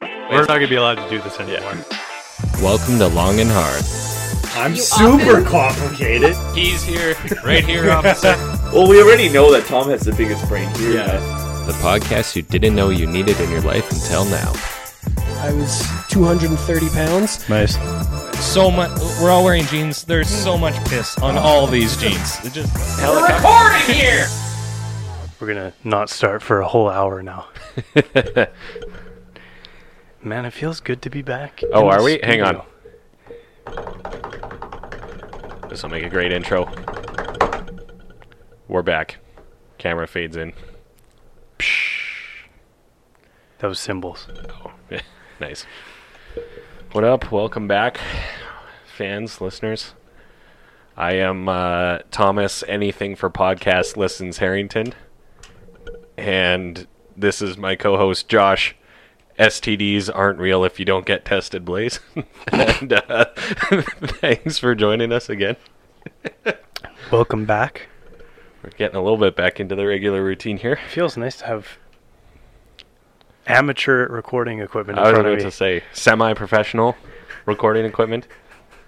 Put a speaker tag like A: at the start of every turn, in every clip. A: We're not gonna be allowed to do this anymore.
B: Welcome to Long and Hard.
C: I'm
D: You
C: super
D: often-
C: complicated.
A: He's here, right here, officer.
E: Well, we already know that Tom has the biggest brain here.
C: Yeah.
B: the podcast you didn't know you needed in your life until now.
F: I was 230 pounds.
A: nice.
G: So much. We're all wearing jeans. There's so much piss on all these jeans. It just
A: We're gonna not start for a whole hour now. Man, it feels good to be back. in
B: Oh,
A: the
B: are we? Hang on.
A: studio.
B: This will make a great intro. We're back. Camera fades in.
A: Those symbols.
B: nice. What up? Welcome back, fans, listeners. I am uh, Thomas. Anything for podcast listens Harrington, and this is my co-host Josh. STDs aren't real if you don't get tested, Blaze. and uh, thanks for joining us again.
A: Welcome back.
B: We're getting a little bit back into the regular routine here.
A: It feels nice to have amateur recording equipment in
B: I was
A: front
B: about
A: of
B: to
A: me.
B: say semi-professional recording equipment.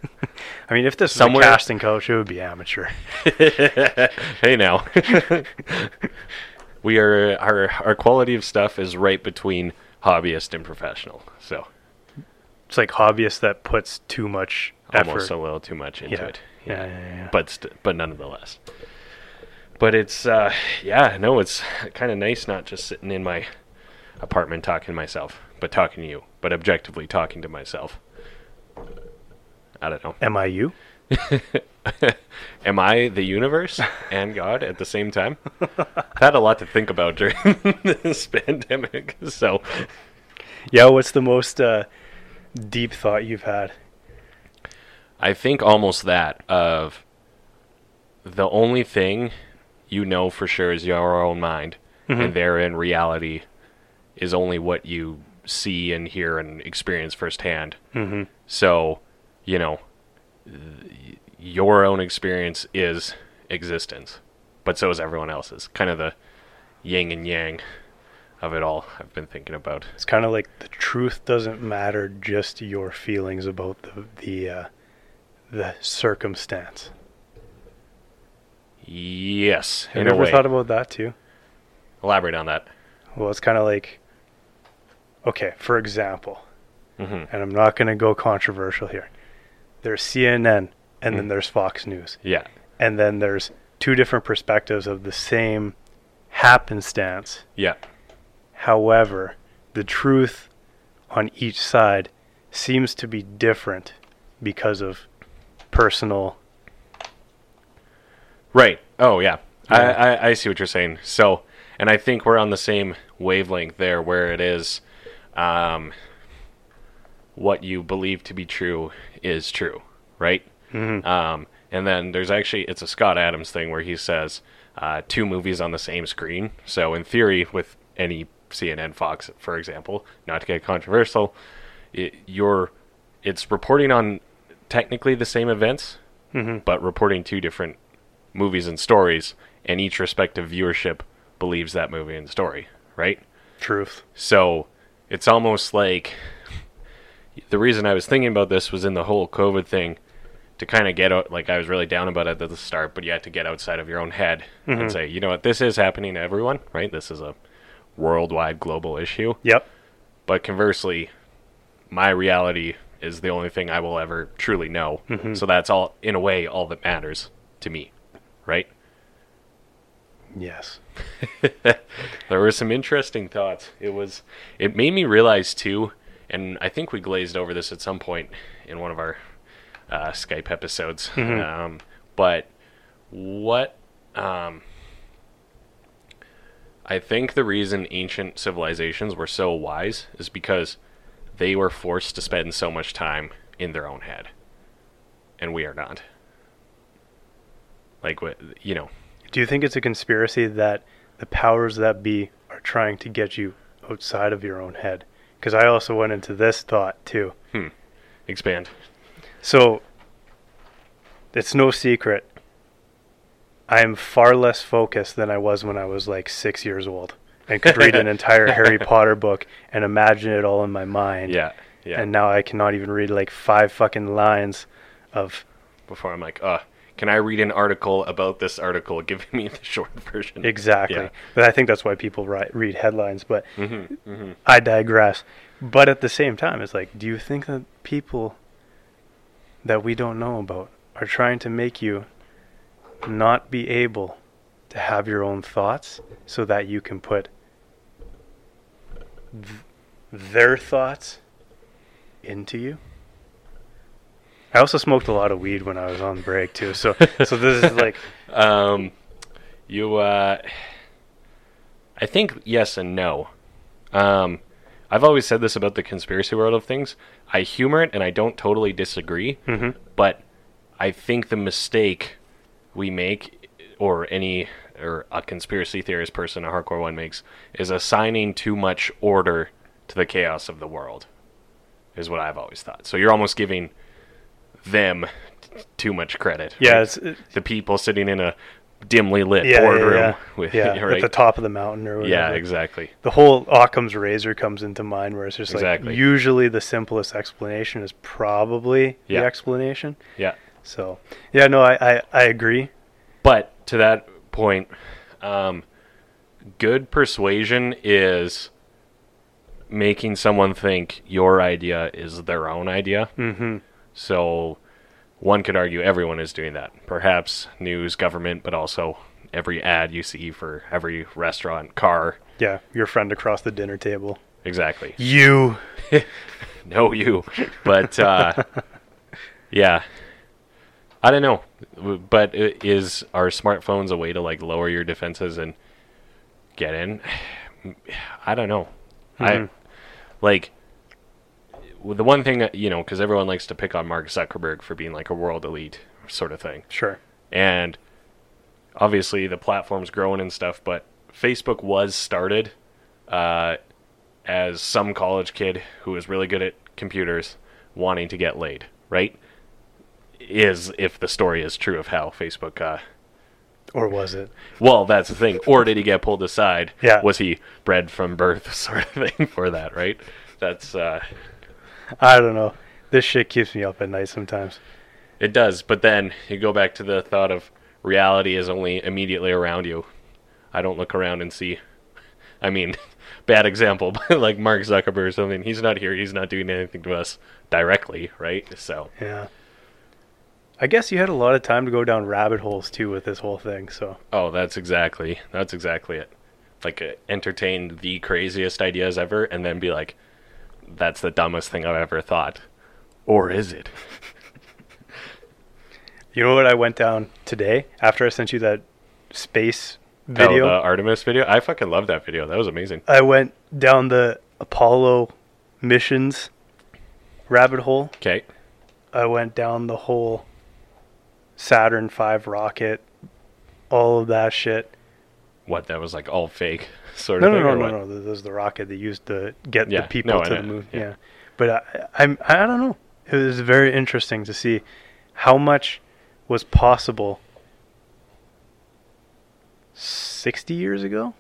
A: I mean, if this
B: somewhere-
A: was a casting coach, it would be amateur.
B: hey now. we are our our quality of stuff is right between hobbyist and professional. So
A: It's like hobbyist that puts too much effort.
B: almost a little too much into
A: yeah.
B: it.
A: yeah, yeah, yeah, yeah.
B: But st- but nonetheless. But it's uh yeah, no, it's kind of nice not just sitting in my apartment talking to myself, but talking to you, but objectively talking to myself. I don't know.
A: Am I you?
B: Am I the universe and God at the same time? I've had a lot to think about during this pandemic. So,
A: Yeah. What's the most uh, deep thought you've had?
B: I think almost that of the only thing you know for sure is your own mind,
A: Mm-hmm.
B: and therein reality is only what you see and hear and experience firsthand. Mm-hmm. So, you know, th- your own experience is existence, but so is everyone else's. Kind of the yin and yang of it all. I've been thinking about.
A: It's kind of like the truth doesn't matter, just your feelings about the the uh, the circumstance.
B: Yes,
A: Have
B: in
A: you
B: a
A: ever
B: way.
A: thought about that too?
B: Elaborate on that.
A: Well, it's kind of like, okay, for example,
B: Mhm.
A: and I'm not going to go controversial here. There's CNN, and
B: Hmm.
A: then there's Fox News,
B: Yeah.
A: and then there's two different perspectives of the same happenstance.
B: Yeah.
A: However, the truth on each side seems to be different because of personal.
B: Right. Oh yeah.
A: Yeah.
B: I, I I see what you're saying. So, and I think we're on the same wavelength there, where it is, um, what you believe to be true is true, right? Um, and then there's actually it's a Scott Adams thing where he says uh, two movies on the same screen. So in theory, with any CNN, Fox, for example, not to get controversial, it, you're it's reporting on technically the same events, but reporting two different movies and stories, and each respective viewership believes that movie and story, right?
A: Truth.
B: So it's almost like the reason I was thinking about this was in the whole COVID thing to kind of get out, like I was really down about it at the start, but you had to get outside of your own head and say, you know what, this is happening to everyone, right? This is a worldwide global issue.
A: Yep.
B: But conversely, my reality is the only thing I will ever truly know. So that's all, in a way, all that matters to me, right?
A: Yes.
B: there were some interesting thoughts. It was it made me realize too, and I think we glazed over this at some point in one of our uh, Skype episodes. Um, but what um, I think the reason ancient civilizations were so wise is because they were forced to spend so much time in their own head, and we are not. Like what you know.
A: Do you think it's a conspiracy that the powers that be are trying to get you outside of your own head? Because I also went into this thought too.
B: Expand.
A: So it's no secret. I am far less focused than I was when I was like six years old. and could read an entire Harry Potter book and imagine it all in my mind.
B: Yeah. Yeah.
A: And now I cannot even read like five fucking lines of
B: Before I'm like, uh, can I read an article about this article? Give me the short version.
A: exactly.
B: Yeah.
A: But I think that's why people ri read headlines. But I digress. But at the same time, it's like, do you think that people that we don't know about are trying to make you not be able to have your own thoughts so that you can put th- their thoughts into you? I also smoked a lot of weed when I was on break too, so so this is like
B: Um, you, uh, I think yes and no. Um, I've always said this about the conspiracy world of things. I humor it and I don't totally disagree,
A: Mm-hmm.
B: but I think the mistake we make, or any, or a conspiracy theorist person, a hardcore one makes, is assigning too much order to the chaos of the world, is what I've always thought. So you're almost giving them t- too much credit.
A: yeah,
B: right?
A: it's,
B: the people sitting in a dimly lit
A: yeah,
B: boardroom
A: yeah, yeah.
B: with
A: yeah,
B: right?
A: at the top of the mountain or whatever.
B: yeah, exactly.
A: The whole Occam's razor comes into mind, where it's just
B: Exactly.
A: like usually the simplest explanation is probably
B: Yeah.
A: the explanation.
B: Yeah.
A: So yeah, no, I I, I agree.
B: But to that point, um, good persuasion is making someone think your idea is their own idea. Mm-hmm. So one could argue everyone is doing that. Perhaps news, government, but also every ad you see for every restaurant, car.
A: Yeah, your friend across the dinner table.
B: Exactly.
A: You
B: know you, but uh, yeah, I don't know. W- But i- is are smartphones a way to like lower your defenses and get in? I don't know. I like w- the one thing that, you know because everyone likes to pick on Mark Zuckerberg for being like a world elite sort of thing,
A: sure?
B: and obviously the platform's growing and stuff, but Facebook was started uh, as some college kid who was really good at computers wanting to get laid, right? Is if the story is true of how Facebook. Uh,
A: Or was it?
B: well, that's the thing. Or did he get pulled aside?
A: Yeah.
B: Was he bred from birth, sort of thing, for that, right? That's. Uh,
A: I don't know. This shit keeps me up at night sometimes.
B: It does, but then you go back to the thought of reality is only immediately around you. I don't look around and see. I mean, bad example, but like Mark Zuckerberg or something. He's not here. He's not doing anything to us directly, right? So
A: Yeah. I guess you had a lot of time to go down rabbit holes too with this whole thing. So
B: Oh, that's exactly that's exactly it. Like uh, entertain the craziest ideas ever, and then be like, "That's the dumbest thing I've ever thought," or is it?
A: you know what I went down today after I sent you that space video.
B: Oh, the Artemis video. I fucking love that video. That was amazing.
A: I went down the Apollo missions rabbit hole.
B: Okay.
A: I went down the whole Saturn V rocket, all of that shit.
B: What that was like all fake sort
A: No,
B: of
A: no,
B: thing.
A: no,
B: or
A: no,
B: what?
A: no. th- This is the rocket they used to get
B: Yeah,
A: the people
B: no, I
A: to the
B: know,
A: moon.
B: yeah.
A: Yeah. But I, I'm, I don't know. It was very interesting to see how much was possible 60 years ago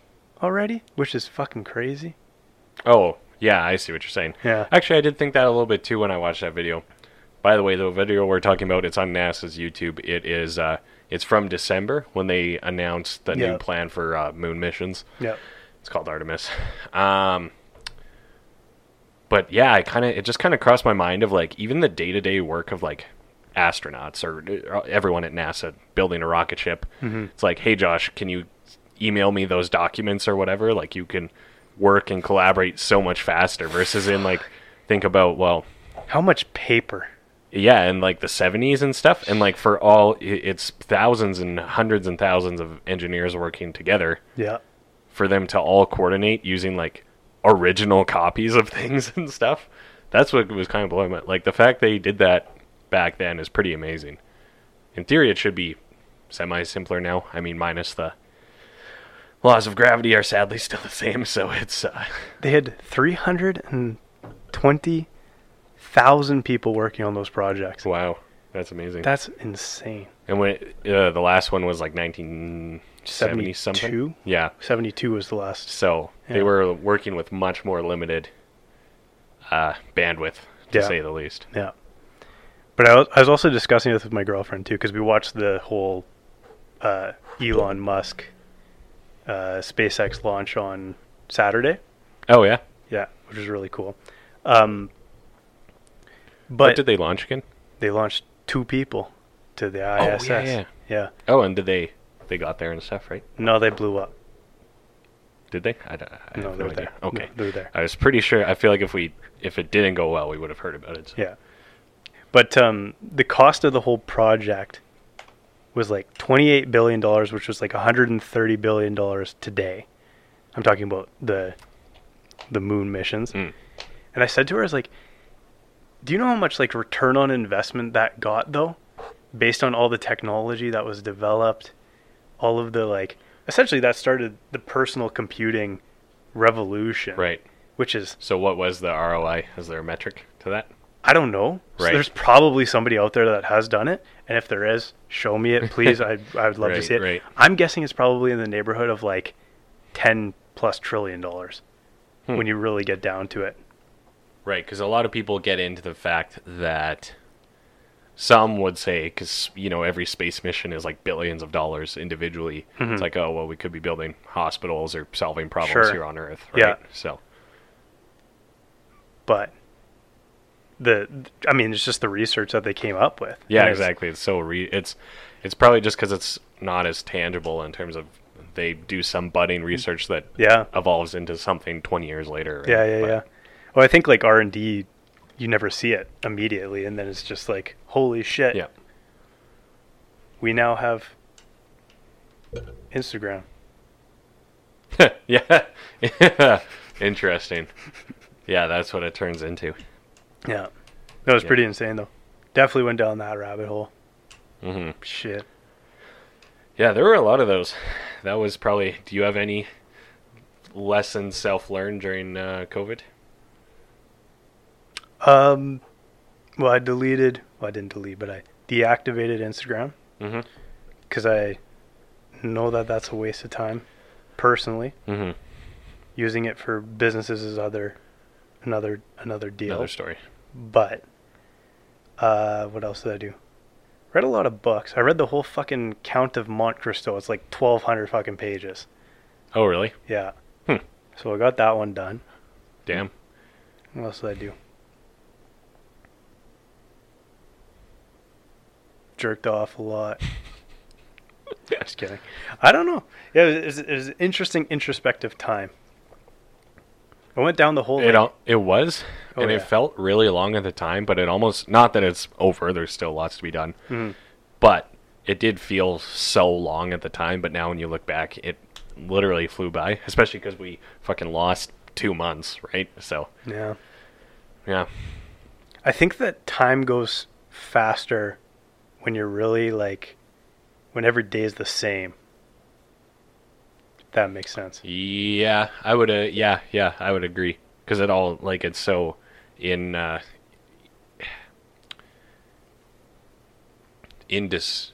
A: already, which is fucking crazy.
B: Oh, yeah, I see what you're saying.
A: Yeah.
B: Actually, I did think that a little bit too when I watched that video. By the way, the video we're talking about, it's on NASA's YouTube. It is uh it's from December when they announced the
A: Yeah.
B: new plan for uh, moon missions.
A: Yeah.
B: It's called Artemis. Um but yeah, I kind of it just kind of crossed my mind of like even the day-to-day work of like astronauts or uh, everyone at NASA building a rocket ship. It's like, "Hey Josh, can you email me those documents or whatever?" Like you can work and collaborate so much faster versus in like think about, well,
A: How much paper?
B: yeah, and like the 70s and stuff and like for all i- it's thousands and hundreds and thousands of engineers working together
A: Yeah.
B: for them to all coordinate using like original copies of things and stuff. That's what was kind of blowing my like the fact they did that back then is pretty amazing. In theory, it should be semi simpler now. I mean, minus the laws of gravity are sadly still the same, so it's uh,
A: They had 320,000 people working on those projects.
B: wow, that's amazing.
A: That's insane.
B: and when it, uh, the last one was like 19
A: 72?
B: 70 something. Yeah.
A: 72 was the last.
B: So
A: Yeah.
B: they were working with much more limited uh, bandwidth, to
A: Yeah.
B: say the least.
A: Yeah. But I was, I was also discussing this with my girlfriend too because we watched the whole uh, Elon Musk uh, SpaceX launch on Saturday.
B: Oh yeah.
A: Yeah, which was really cool. Um,
B: What
A: but
B: did they launch again?
A: they launched two people to the
B: Oh, yeah,
A: ISS.
B: yeah.
A: yeah.
B: Oh, and did they they got there and stuff, right?
A: No, they blew up.
B: Did they? I, don't- I
A: No,
B: have
A: they're
B: no
A: there.
B: idea.
A: No,
B: Okay,
A: they're there.
B: I was pretty sure. I feel like if we if it didn't go well, we would have heard about it. So.
A: Yeah. But um, the cost of the whole project was like $28 billion, which was like $130 billion today. I'm talking about the the moon missions.
B: Mm.
A: And I said to her, I was like, do you know how much like return on investment that got though? Based on all the technology that was developed, all of the like, essentially that started the personal computing revolution.
B: Right.
A: Which is
B: So what was the ROI? Is there a metric to that?
A: I don't know. So
B: Right.
A: there's probably somebody out there that has done it, and if there is, show me it, please. I I would love to
B: Right,
A: see it.
B: right.
A: I'm guessing it's probably in the neighborhood of like ten plus trillion dollars
B: Hmm.
A: when you really get down to it.
B: Right, because a lot of people get into the fact that some would say, because you know every space mission is like billions of dollars individually. It's like, oh well, we could be building hospitals or solving problems
A: Mm-hmm. Sure.
B: here on Earth, right?
A: Yeah.
B: So
A: But the I mean, it's just the research that they came up with.
B: yeah,
A: And it's-
B: exactly. It's so re- it's it's probably just because it's not as tangible in terms of they do some budding research that
A: Yeah.
B: evolves into something twenty years later. right?
A: Yeah, yeah,
B: But-
A: yeah. Well, I think like R and D, you never see it immediately, and then it's just like, holy shit,
B: yeah.
A: we now have Instagram.
B: yeah. yeah. Interesting. Yeah, that's what it turns into.
A: Yeah. That was
B: Yeah.
A: pretty insane, though. Definitely went down that rabbit hole.
B: Mhm.
A: Shit.
B: Yeah, there were a lot of those. That was probably. Do you have any lessons self learned during uh, COVID?
A: Um, well, I deleted. Well, I didn't delete, but I deactivated Instagram
B: Mhm.
A: Mm-hmm. because I know that that's a waste of time. Personally,
B: Mhm.
A: using it for businesses is other another another deal.
B: Another story.
A: But uh, what else did I do? Read a lot of books. I read the whole fucking Count of Monte Cristo. It's like twelve hundred fucking pages.
B: Oh, really?
A: Yeah.
B: Hmm.
A: So I got that one done.
B: Damn.
A: Mm-hmm. What else did I do? Jerked off a lot. Just kidding. I don't know. Yeah, it was, it was an interesting introspective time. I went down the whole.
B: It
A: like-
B: al- it was,
A: Oh,
B: and
A: yeah.
B: it felt really long at the time. But it almost not that it's over. There's still lots to be done.
A: Mm-hmm.
B: But it did feel so long at the time. But now when you look back, it literally flew by. Especially because we fucking lost two months, right? So
A: yeah.
B: yeah,
A: I think that time goes faster when you're really like, when every day is the same. If that makes sense.
B: Yeah, I would. Uh, yeah, yeah, I would agree. Because it all like it's so in uh, indis.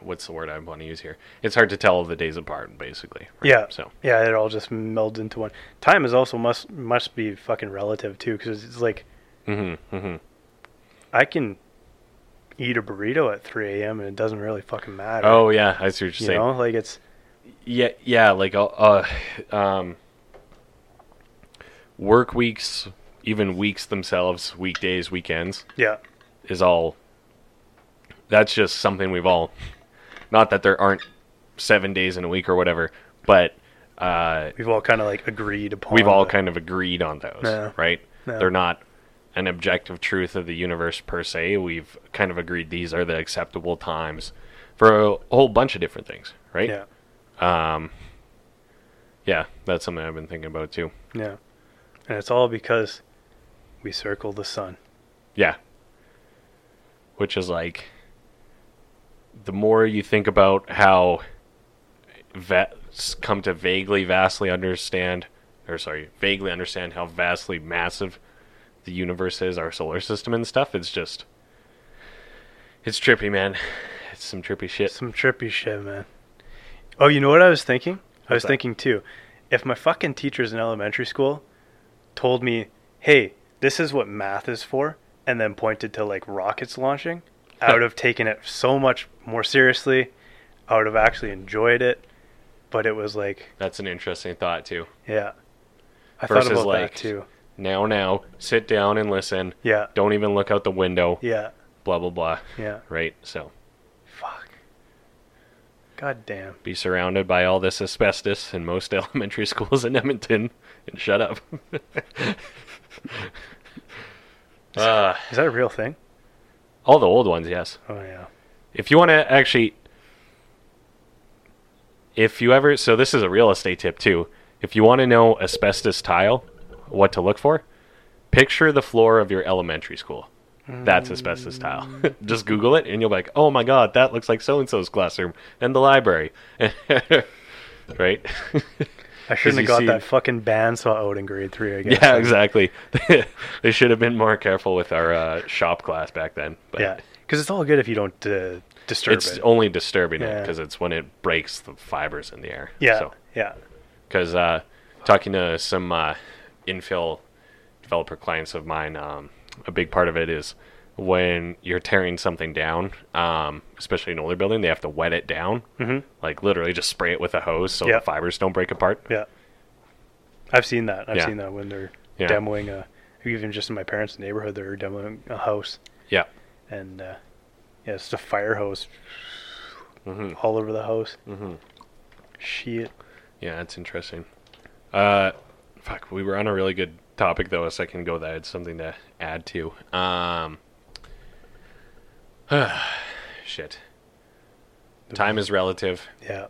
B: What's the word I want to use here? It's hard to tell the days apart, basically. right?
A: Yeah.
B: So
A: yeah, it all just melds into one. Time is also must must be fucking relative too, because it's like,
B: Mm-hmm,
A: I can eat a burrito at 3 a.m. and it doesn't really fucking matter.
B: oh yeah, I see what
A: you
B: you're saying.
A: know, like it's
B: Yeah, yeah, like uh, uh um, work weeks, even weeks themselves, weekdays, weekends.
A: yeah,
B: is all that's just something we've all not that there aren't seven days in a week or whatever but uh,
A: we've all kind of like agreed upon.
B: we've all
A: the-
B: kind of agreed on those
A: Yeah.
B: right
A: Yeah.
B: they're not an objective truth of the universe per se we've kind of agreed these are the acceptable times for a whole bunch of different things right
A: yeah,
B: yeah that's something i've been thinking about too
A: yeah, and it's all because we circle the sun.
B: Yeah. Which is like the more you think about how va- s- come to vaguely vastly understand or sorry, vaguely understand how vastly massive the universe is, our solar system and stuff, it's just it's trippy, man. It's some trippy shit.
A: Some trippy shit, man. Oh, you know what I was thinking? I was
B: that?
A: thinking too. If my fucking teachers in elementary school told me, "Hey, this is what math is for," and then pointed to like rockets launching, I would have taken it so much more seriously. I would have actually enjoyed it, but it was like,
B: That's an interesting thought too.
A: yeah. I
B: Versus,
A: thought about
B: like-
A: that too.
B: Now, now, sit down and listen.
A: Yeah.
B: Don't even look out the window.
A: Yeah.
B: Blah blah blah.
A: Yeah.
B: Right. So
A: Fuck. God damn.
B: be surrounded by all this asbestos in most elementary schools in Edmonton and shut up. uh,
A: Is that a real thing?
B: all the old ones, yes.
A: Oh yeah.
B: If you want to actually, if you ever, so this is a real estate tip too. If you want to know asbestos tile, what to look for, picture the floor of your elementary school. That's asbestos tile. Just Google it and you'll be like, oh my God, that looks like so and so's classroom and the library. right?
A: I shouldn't
B: you
A: have got
B: see-
A: that fucking bandsaw out in grade three. I guess.
B: Yeah, exactly. they should have been more careful with our uh, shop class back then. But
A: Yeah, because it's all good if you don't uh, disturb
B: it's
A: it.
B: only disturbing it
A: Yeah.
B: because it's when it breaks the fibers in the air.
A: yeah,
B: So,
A: yeah,
B: because uh, talking to some uh, infill developer clients of mine, um, a big part of it is when you're tearing something down, um, especially an older building, they have to wet it down, mm-hmm. like literally just spray it with a hose so
A: Yeah.
B: the fibers don't break apart.
A: yeah. I've seen that. I've
B: Yeah.
A: seen that when they're
B: Yeah.
A: demoing a, even just in my parents' neighborhood, they're demoing a house,
B: Yeah.
A: and uh, yeah, it's just a fire hose all over the house. Mm-hmm. Shit.
B: Yeah, that's interesting. Uh, fuck, we were on a really good topic though a second ago that I had something to add to. Um, shit. Time is relative.
A: Yeah,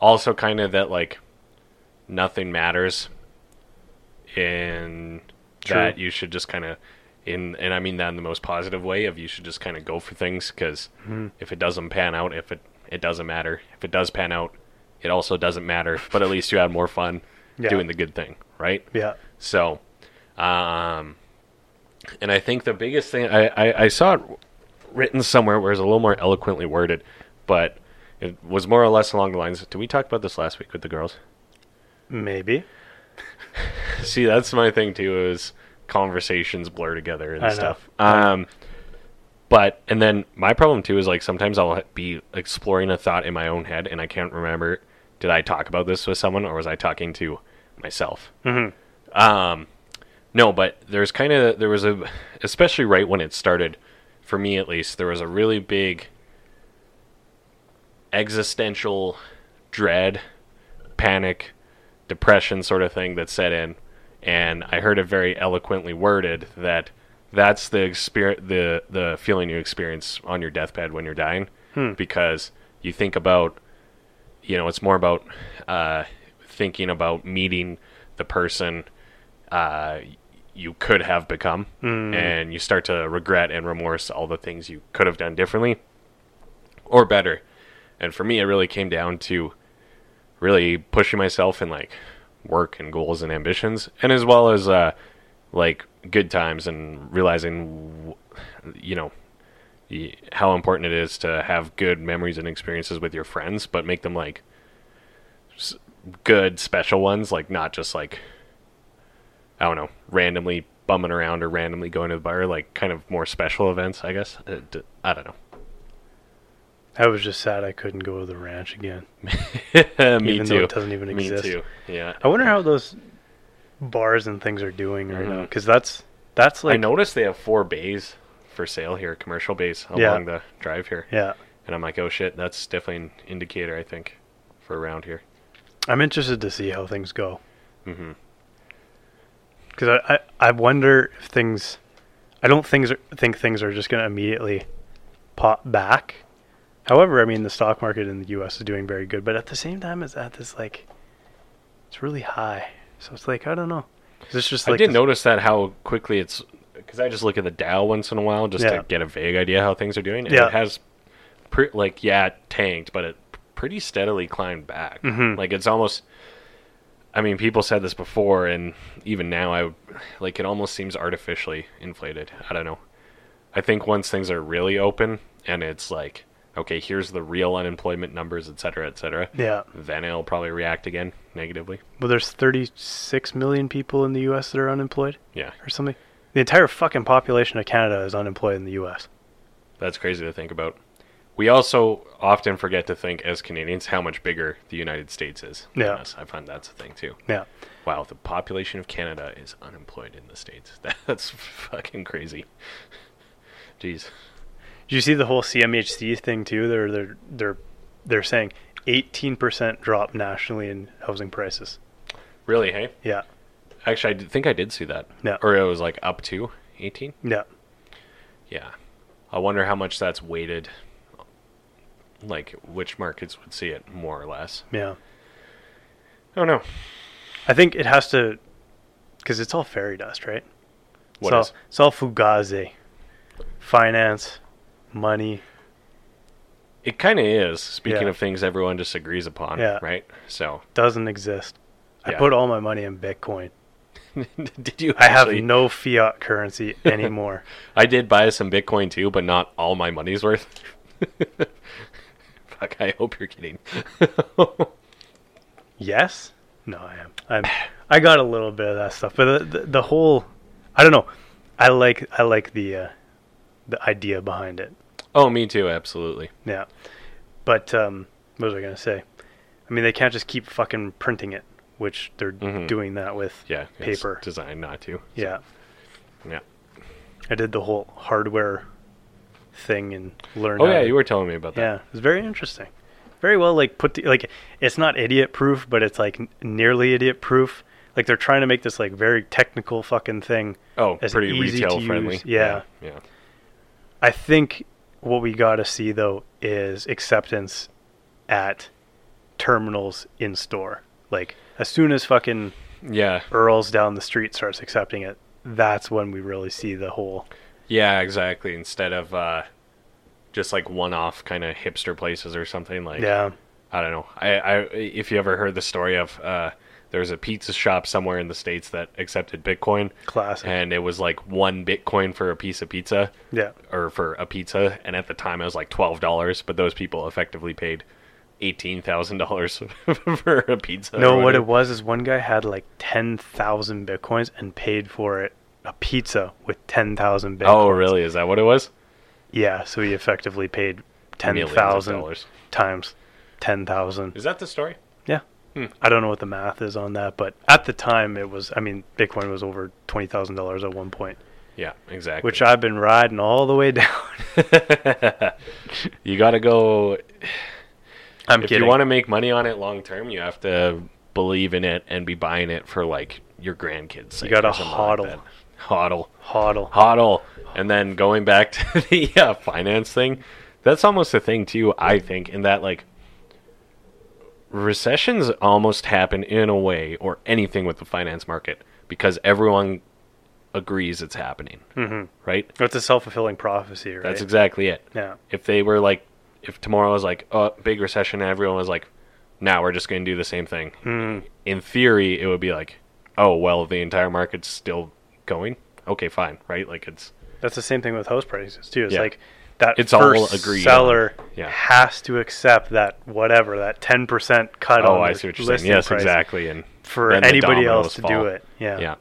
B: Also, kind of that like nothing matters, and
A: True.
B: that you should just kind of in and I mean that in the most positive way of you should just kind of go for things because
A: Mm-hmm.
B: if it doesn't pan out, if it it doesn't matter, if it does pan out, it also doesn't matter. But at least you had more fun
A: Yeah.
B: doing the good thing, right?
A: yeah,
B: So, um, and I think the biggest thing I, I, I saw it written somewhere where it was a little more eloquently worded, but it was more or less along the lines. Did we talk about this last week with the girls?
A: maybe.
B: See, that's my thing too. Is conversations blur together and
A: I know.
B: stuff. Um, but and then my problem too is like sometimes I'll be exploring a thought in my own head and I can't remember. Did I talk about this with someone or was I talking to myself?
A: Mm-hmm.
B: Um, No, but there's kind of there was a especially right when it started for me at least there was a really big existential dread, panic, depression sort of thing that set in and I heard it very eloquently worded that that's the experience the the feeling you experience on your deathbed when you're dying because you think about you know it's more about uh, thinking about meeting the person uh, you could have become, and you start to regret and remorse all the things you could have done differently or better. And for me, it really came down to really pushing myself in like work and goals and ambitions, and as well as uh, like good times and realizing, w- you know, y- how important it is to have good memories and experiences with your friends, but make them like s- good special ones, like not just like I don't know, randomly bumming around or randomly going to the bar, like kind of more special events, I guess. Uh, d- I don't know.
A: I was just sad I couldn't go to the ranch again.
B: Me
A: Even
B: too.
A: though it doesn't even
B: Me
A: exist.
B: too. Yeah.
A: I wonder how those bars and things are doing right now, because that's that's
B: Mm-hmm. I
A: like
B: noticed they have four bays for sale here, commercial bays along
A: Yeah.
B: the drive here,
A: yeah.
B: and I'm like, oh shit, that's definitely an indicator, I think, for around here.
A: I'm interested to see how things go.
B: Mm-hmm.
A: Because I, I, I wonder if things, I don't things are, think things are just going to immediately pop back. However, I mean the stock market in the U.S. is doing very good, but at the same time, it's at this like, it's really high. So it's like I don't know. It's just like
B: I did
A: this-
B: notice that how quickly it's because I just look at the Dow once in a while just
A: Yeah.
B: to get a vague idea how things are doing. And
A: Yeah.
B: it has pre- like yeah, it tanked, but it pretty steadily climbed back.
A: Mm-hmm.
B: Like it's almost. I mean, people said this before, and even now, I would, like it almost seems artificially inflated. I don't know. I think once things are really open and it's like I okay, here's the real unemployment numbers, et cetera, et cetera,
A: Yeah.
B: then it'll probably react again negatively.
A: Well, there's 36 million people in the U.S. that are unemployed
B: Yeah,
A: or something. The entire fucking population of Canada is unemployed in the U.S.
B: that's crazy to think about. We also often forget to think as Canadians how much bigger the United States is. than
A: Yeah.
B: us. I find that's a thing too.
A: Yeah.
B: Wow, the population of Canada is unemployed in the States. That's fucking crazy. Jeez.
A: Did you see the whole CMHC thing too? They're they're they're they're saying 18% drop nationally in housing prices.
B: Really, hey?
A: Yeah.
B: Actually, I did- think I did see that.
A: Yeah.
B: Or it was like up to 18?
A: Yeah.
B: Yeah. I wonder how much that's weighted. Like, which markets would see it more or less.
A: Yeah.
B: I don't know.
A: I think it has to cuz it's all fairy dust, right?
B: What
A: it's all,
B: is-
A: it's all fugazi. Finance, money.
B: It kind of is, speaking
A: Yeah.
B: of things everyone disagrees upon,
A: Yeah.
B: right? So,
A: doesn't exist. I
B: Yeah.
A: put all my money in Bitcoin.
B: did you
A: I have
B: actually-
A: no fiat currency anymore.
B: I did buy some Bitcoin too, but not all my money's worth. Fuck, I hope you're kidding.
A: yes? No, I am. I'm, I got a little bit of that stuff, but the, the, the whole, I don't know. I like I like the uh, the idea behind it.
B: oh, me too, absolutely.
A: Yeah, but um, what was I gonna say? I mean, they can't just keep fucking printing it, which they're doing that with
B: Mm-hmm. Yeah, it's
A: paper.
B: designed not to.
A: yeah,
B: Yeah.
A: I did the whole hardware thing and learned.
B: Oh
A: how
B: yeah,
A: to-
B: you were telling me about that.
A: Yeah, it's very interesting. Very well, like put the, like it's not idiot proof, but it's like n- nearly idiot proof. Like they're trying to make this like very technical fucking thing.
B: Oh,
A: It's
B: pretty
A: easy to
B: retail friendly.
A: use, yeah.
B: yeah. yeah.
A: I think what we got to see though is acceptance at terminals in store. Like as soon as fucking
B: Yeah.
A: Earls down the street starts accepting it, that's when we really see the whole.
B: Yeah, exactly. Instead of uh just like one off kind of hipster places or something like
A: Yeah,
B: I don't know. I, I if you ever heard the story of uh there was a pizza shop somewhere in the states that accepted Bitcoin
A: classic.
B: and it was like one Bitcoin for a piece of pizza.
A: yeah,
B: or for a pizza, and at the time it was like twelve dollars, but those people effectively paid eighteen thousand dollars for a pizza.
A: No,
B: or
A: what it
B: whatever.
A: was is one guy had like 10,000 bitcoins and paid for it a pizza with 10,000 bitcoins.
B: Oh, really? Is that what it was?
A: Yeah, so he effectively paid
B: Millions of
A: 10,000
B: dollars.
A: times 10,000.
B: Is Hmm. that the story?
A: Yeah. I don't know what the math is on that, but at the time it was, I mean, Bitcoin was over $20,000 at one point,
B: Yeah, exactly.
A: which I've been riding all the way down.
B: you got to go
A: I'm
B: if
A: kidding.
B: you want to make money on it long term. You have to believe in it and be buying it for like your grandkids. sake
A: gotta
B: or something like
A: hodl.
B: that. hodl,
A: Hodl.
B: hodl, and then going back to the uh, finance thing. That's almost a thing too. I think in that like recessions almost happen in a way or anything with the finance market because everyone agrees it's happening, mm-hmm. right?
A: It's a self fulfilling prophecy, right?
B: That's exactly it.
A: Yeah.
B: If they were like, if tomorrow was like, oh, big recession, and everyone was like, now we're just going to do the same thing.
A: Hmm.
B: In theory, it would be like, oh, well, the entire market's still going. Okay, fine, right? Like it's
A: That's the same thing with house prices too. It's
B: Yeah.
A: like that
B: It's all
A: first
B: agreed
A: seller
B: on. Yeah.
A: has to accept that whatever that ten percent cut.
B: oh,
A: on
B: I
A: the
B: see what you're saying.
A: listing
B: Yes,
A: price
B: exactly. And
A: For
B: then the
A: anybody
B: dominoes
A: else to
B: fall.
A: do it, yeah.
B: yeah,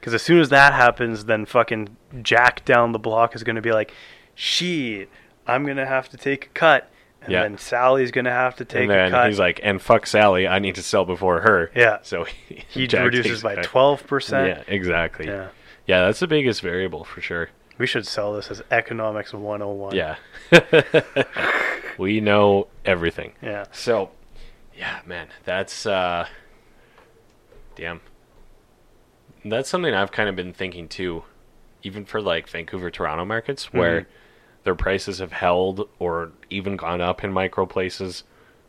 A: Because as soon as that happens, then fucking Jack down the block is going to be like, "Shit, I'm going to have to take a cut," and
B: Yeah.
A: then Sally's going to have to take
B: and
A: a cut.
B: then he's like, and fuck Sally, I need to sell before her.
A: Yeah.
B: so he,
A: he
B: Jack
A: reduces
B: takes
A: by
B: back-
A: twelve percent.
B: Yeah, exactly.
A: Yeah.
B: yeah, that's the biggest variable for sure.
A: We should sell this as economics 101.
B: Yeah. we know everything.
A: yeah.
B: So, yeah, man, that's uh damn. That's something I've kind of been thinking too, even for like Vancouver Toronto
A: Mm-hmm.
B: markets where their prices have held or even gone up in micro places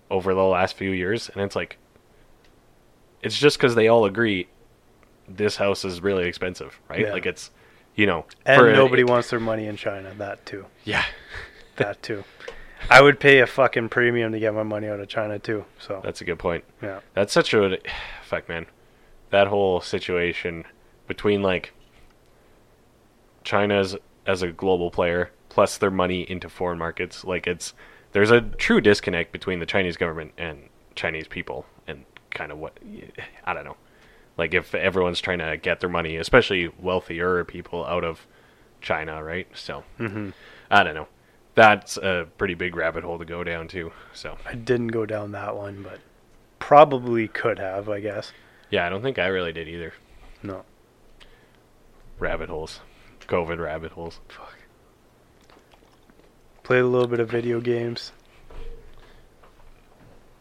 B: over the last few years and it's like it's just cuz they all agree this house is really expensive, right?
A: Yeah.
B: Like it's you know,
A: And
B: for a-
A: nobody wants their money in China. That too.
B: Yeah.
A: That too. I would pay a fucking premium to get my money out of China too. So
B: That's a good point.
A: yeah,
B: That's such a fuck, man. That whole situation between like China's as a global player plus their money into foreign markets, like it's there's a true disconnect between the Chinese government and Chinese people and kind of what I don't know. Like if everyone's trying to get their money, especially wealthier people out of China, right? So I don't know. That's a pretty big rabbit hole to go down to. So
A: I didn't go down that one, but probably could have, I guess.
B: yeah, I don't think I really did either.
A: No.
B: Rabbit holes, COVID rabbit holes. Fuck.
A: Played a little bit of video games.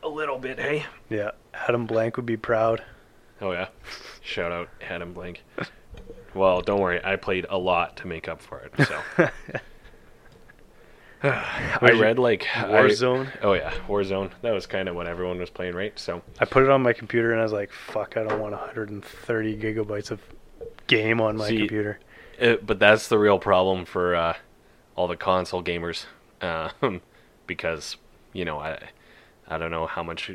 B: A little bit, hey.
A: Yeah. Adam Blank would be proud.
B: Oh yeah. Shout out Adam Blank. Well, don't worry. I played a lot to make up for it. So I
A: Was it
B: read like I-
A: Warzone?
B: oh yeah, Warzone. That was kind of what everyone was playing, right? So
A: I put it on my computer and I was like, fuck, I don't want 130 gigabytes of game on my
B: See-
A: computer.
B: It, Uh, but that's the real problem for uh, all the console gamers, um, because you know I, I don't know how much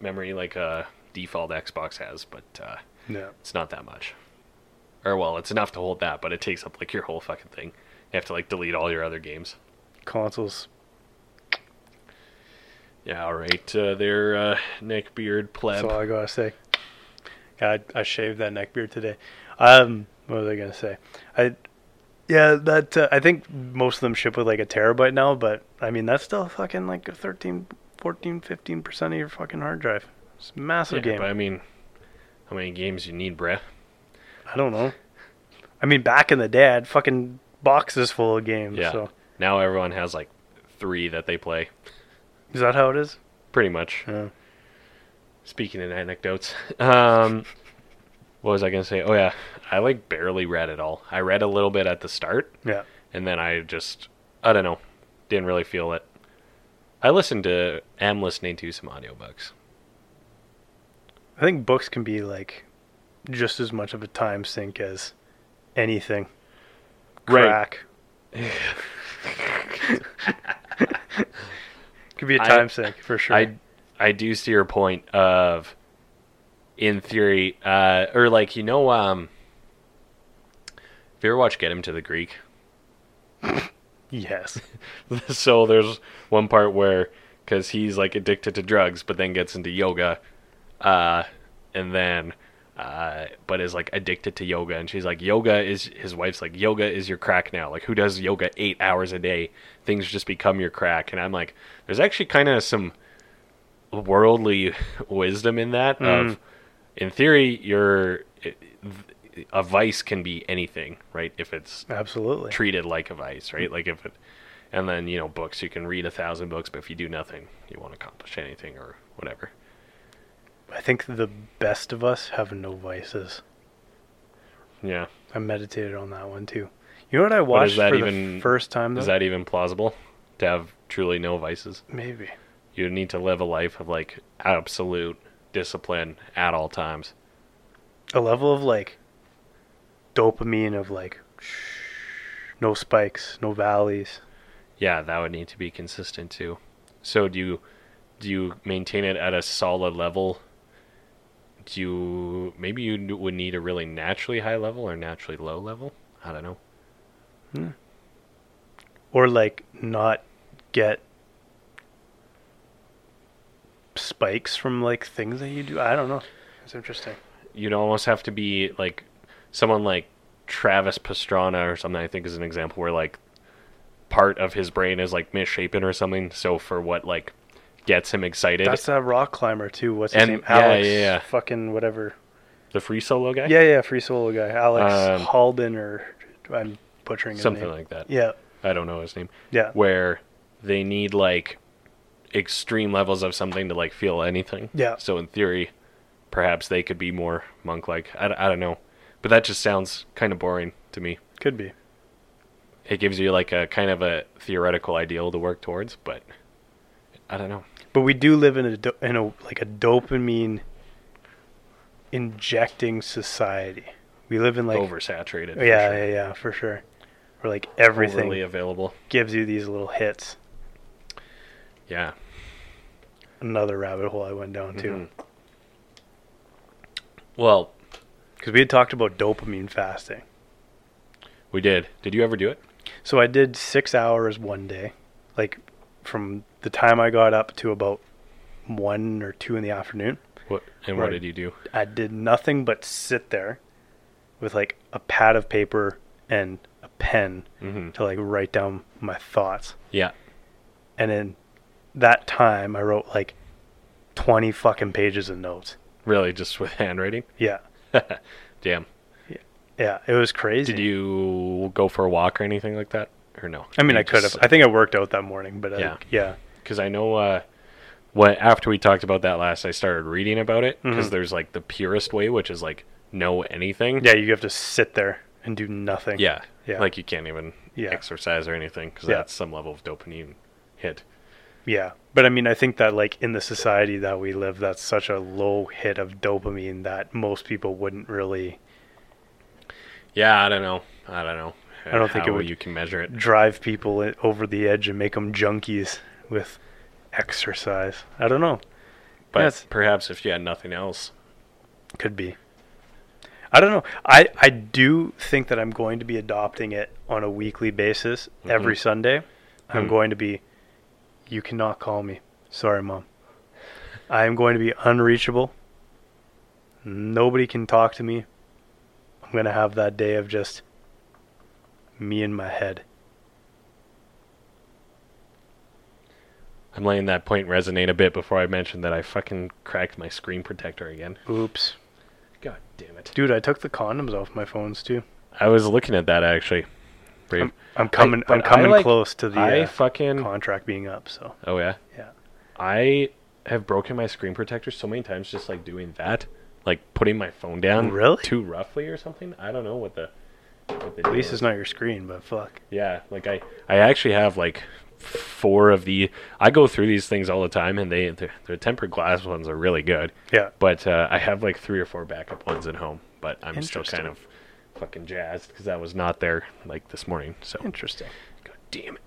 B: memory like a default Xbox has, but uh,
A: Yeah.
B: it's not that much. Or well, it's enough to hold that, but it takes up like your whole fucking thing. You have to like delete all your other games.
A: Consoles.
B: Yeah, all right. Uh, there, uh, neck beard pleb.
A: That's all I gotta say. God, I shaved that neck beard today. Um, what was I gonna say? I, yeah, that uh, I think most of them ship with like a terabyte now, but I mean that's still fucking like 13, 14, 15 percent of your fucking hard drive. It's a massive
B: yeah,
A: game.
B: but I mean, how many games you need, bruh?
A: I don't know. I mean, back in the day, I had fucking boxes full of games.
B: Yeah.
A: So
B: Now everyone has like three that they play,
A: is that how it is?
B: pretty much.
A: Yeah.
B: Speaking in anecdotes, um, what was I gonna say? Oh yeah, I like barely read it all. I read a little bit at the start,
A: Yeah.
B: and then I just I don't know, didn't really feel it. I listened to am listening to some audiobooks.
A: I think books can be like just as much of a time sink as anything.
B: Right.
A: Crack. Could be a
B: I-
A: time sink for sure.
B: I I do see your point of in theory, uh, or like you know, um, if you ever watch Get Him to the Greek,
A: yes.
B: so there's one part where because he's like addicted to drugs but then gets into yoga uh and then uh but is like addicted to yoga and she's like yoga is his wife's like yoga is your crack now like who does yoga eight hours a day things just become your crack and i'm like there's actually kind of some worldly wisdom in that of in theory your a vice can be anything right if it's
A: Absolutely.
B: treated like a vice, right? Like if it, and then you know books, you can read a thousand books, but if you do nothing, you won't accomplish anything or whatever.
A: I think the best of us have no vices.
B: Yeah,
A: I meditated on that one too. You know what I
B: But is
A: watched
B: that
A: for
B: even-
A: the first time though?
B: is that even plausible to have truly no vices?
A: Maybe.
B: You need to live a life of like absolute discipline at all times.
A: A level of like dopamine of like no spikes, no valleys.
B: Yeah, that would need to be consistent too. So do you do you maintain it at a solid level? Do you maybe you n- would need a really naturally high level or naturally low level? I don't know.
A: or like not get spikes from like things that you do. I don't know. It's interesting.
B: you'd almost have to be like someone like Travis Pastrana or something. I think is an example where like part of his brain is like misshapen or something. So for what like gets him excited,
A: That's that rock climber too. What's his
B: And-
A: name?
B: yeah,
A: Alex.
B: yeah, yeah.
A: Fucking whatever.
B: the free solo guy,
A: Yeah, yeah. Free solo guy. Alex
B: Um,
A: Halden or I'm butchering his
B: something
A: name.
B: like that.
A: yeah,
B: I don't know his name.
A: yeah.
B: Where they need like extreme levels of something to like feel anything.
A: Yeah.
B: So in theory, perhaps they could be more monk-like. I, d- I don't know, but that just sounds kind of boring to me.
A: Could be.
B: it gives you like a kind of a theoretical ideal to work towards, but I don't know.
A: But we do live in a do- in a like a dopamine injecting society. We live in like
B: Oversaturated. for
A: yeah,
B: sure.
A: yeah, yeah, for sure. Where like everything
B: Overly available.
A: gives you these little hits.
B: Yeah.
A: another rabbit hole I went down to
B: Mhm. Well,
A: because we had talked about dopamine fasting.
B: we did. Did you ever do it?
A: So I did six hours one day, like from the time I got up to about one or two in the afternoon,
B: What and
A: Right.
B: what did you do?
A: I did nothing but sit there with like a pad of paper and a pen
B: Mm-hmm.
A: to like write down my thoughts.
B: Yeah.
A: And in that time, I wrote like 20 fucking pages of notes.
B: Really just with handwriting?
A: Yeah.
B: Damn.
A: Yeah. It was crazy.
B: Did you go for a walk or anything like that? Or no?
A: I mean,
B: You
A: I could
B: just-
A: have. I think I worked out that morning, but yeah.
B: Yeah.
A: I, yeah.
B: because I know uh, what after we talked about that last, I started reading about it because there's like the purest way, which is like know anything.
A: Mm-hmm. Yeah. You have to sit there and do nothing.
B: yeah,
A: Yeah.
B: Like you can't even
A: Yeah.
B: exercise or anything because
A: Yeah.
B: that's some level of dopamine hit.
A: Yeah. But I mean, I think that like in the society that we live, that's such a low hit of dopamine that most people wouldn't really
B: Yeah, I don't know. I don't know. I
A: don't think it would-
B: You can measure it.
A: drive people i- over the edge and make them junkies with exercise. I don't know.
B: But
A: Yes.
B: perhaps if you had nothing else,
A: Could be. I don't know. I, I do think that I'm going to be adopting it on a weekly basis
B: Mm-hmm.
A: every Sunday. I'm going to be, you cannot call me. Sorry, mom. I am going to be unreachable. Nobody can talk to me. I'm going to have that day of just me in my head.
B: I'm letting that point resonate a bit before I mentioned that I fucking cracked my screen protector again.
A: Oops.
B: God damn it!
A: Dude, I took the condoms off my phones too.
B: I was looking at that actually. Brave.
A: I'm, I'm coming. I,
B: but
A: am coming
B: I, like-
A: close to the
B: I
A: uh,
B: fucking
A: contract being up. So
B: Oh yeah.
A: Yeah.
B: I have broken my screen protector so many times just like doing that, like putting my phone down
A: Really?
B: too roughly or something. I don't know what the. What the
A: at least it's not your screen, but fuck.
B: Yeah, like I, I actually have like four of the. I go through these things all the time, and they the, the tempered glass ones are really good.
A: Yeah.
B: But uh, I have like three or four backup ones at home, but I'm still
A: Interesting.
B: kind of fucking jazzed because I was not there like this morning. So
A: Interesting.
B: God damn it!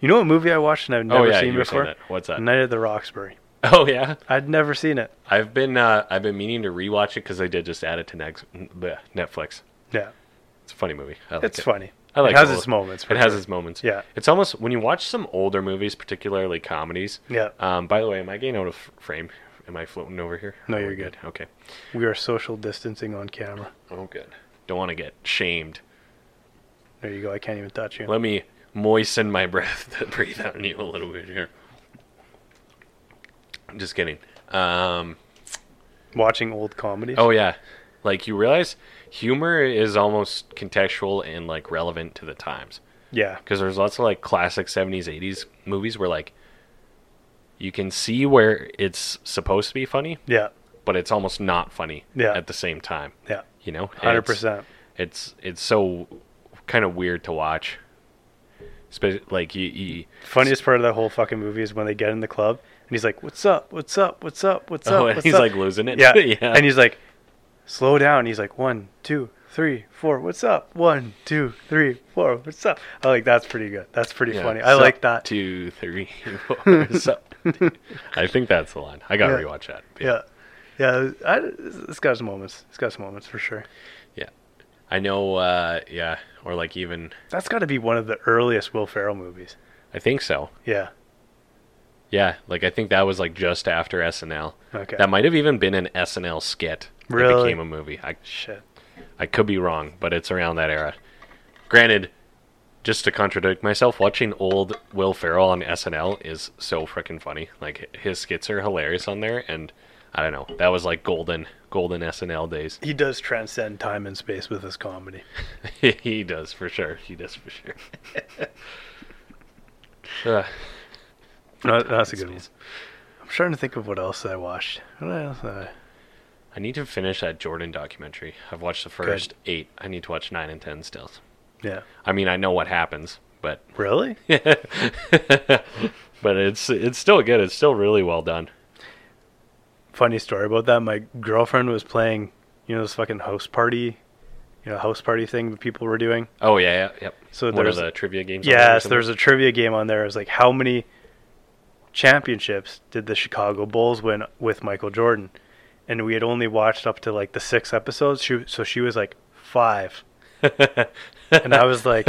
A: You know what movie I watched and I've never
B: oh yeah,
A: seen
B: you were saying
A: before?
B: that. What's that?
A: Night at the Roxbury.
B: Oh yeah.
A: I'd never seen it.
B: I've been uh, I've been meaning to rewatch it because I did just add it to next, bleh, Netflix.
A: Yeah,
B: It's a funny movie. I like
A: it's
B: it.
A: funny.
B: I like
A: it has
B: all-
A: its moments. for
B: It has
A: sure.
B: its moments.
A: Yeah.
B: It's almost when you watch some older movies, particularly comedies.
A: Yeah.
B: Um. By the way, am I getting out of f- frame? Am I floating over here?
A: No,
B: Am I
A: you're good.
B: Okay.
A: We are social distancing on camera.
B: Oh, good. Don't want to get shamed.
A: There you go. I can't even touch you.
B: Let me moisten my breath to breathe on you a little bit here. I'm just kidding. Um.
A: Watching old comedies.
B: Oh yeah. Like you realize humor is almost contextual and like relevant to the times.
A: yeah,
B: because there's lots of like classic 70s 80s movies where like you can see where it's supposed to be funny
A: yeah,
B: but it's almost not funny
A: Yeah.
B: at the same time
A: yeah.
B: you know And
A: Hundred
B: it's-
A: percent.
B: it's it's so kind of weird to watch Spe- like you, you
A: Funniest part of that whole fucking movie is when they get in the club and he's like, "What's up? What's up? What's up? What's up?"
B: oh, and
A: What's
B: he's
A: up?"
B: like losing it
A: Yeah.
B: yeah
A: And he's like, slow down. He's like, one, two, three, four. What's up? One, two, three, four. What's up? I like that's pretty good. That's pretty
B: Yeah.
A: funny. I
B: Sup,
A: like that.
B: two three four sup. i think that's the line i gotta
A: Yeah.
B: rewatch that
A: Yeah. Yeah. I, it's got its moments. It's got its moments for sure.
B: yeah i know uh yeah or like even
A: That's got to be one of the earliest Will Ferrell movies.
B: i think so
A: Yeah.
B: Yeah, like I think that was like just after SNL.
A: Okay.
B: That might have even been an SNL skit that
A: Really?
B: became a movie. I
A: Shit.
B: I could be wrong, but it's around that era. Granted, just to contradict myself, watching old Will Ferrell on SNL is so freaking funny. Like his skits are hilarious on there, and I don't know, that was like golden golden SNL days.
A: He does transcend time and space with his comedy.
B: he does for sure. He does for sure. Ugh.
A: No, that's a good one. I'm trying to think of what else I watched. What else? did I-
B: I need to finish that Jordan documentary. I've watched the first eight. I need to watch nine and ten still.
A: Yeah.
B: I mean, I know what happens, but
A: Really?
B: but it's it's still good. It's still really well done.
A: funny story about that. My girlfriend was playing, you know, this fucking house party, you know, house party thing that people were doing.
B: Oh yeah, yeah yep.
A: So
B: one of
A: there's-
B: the trivia games. on there or
A: Yes,
B: something?
A: there's a trivia game on there. It was like, how many championships did the Chicago Bulls win with Michael Jordan? And we had only watched up to like the six episodes. She, so she was like, five. and I was like,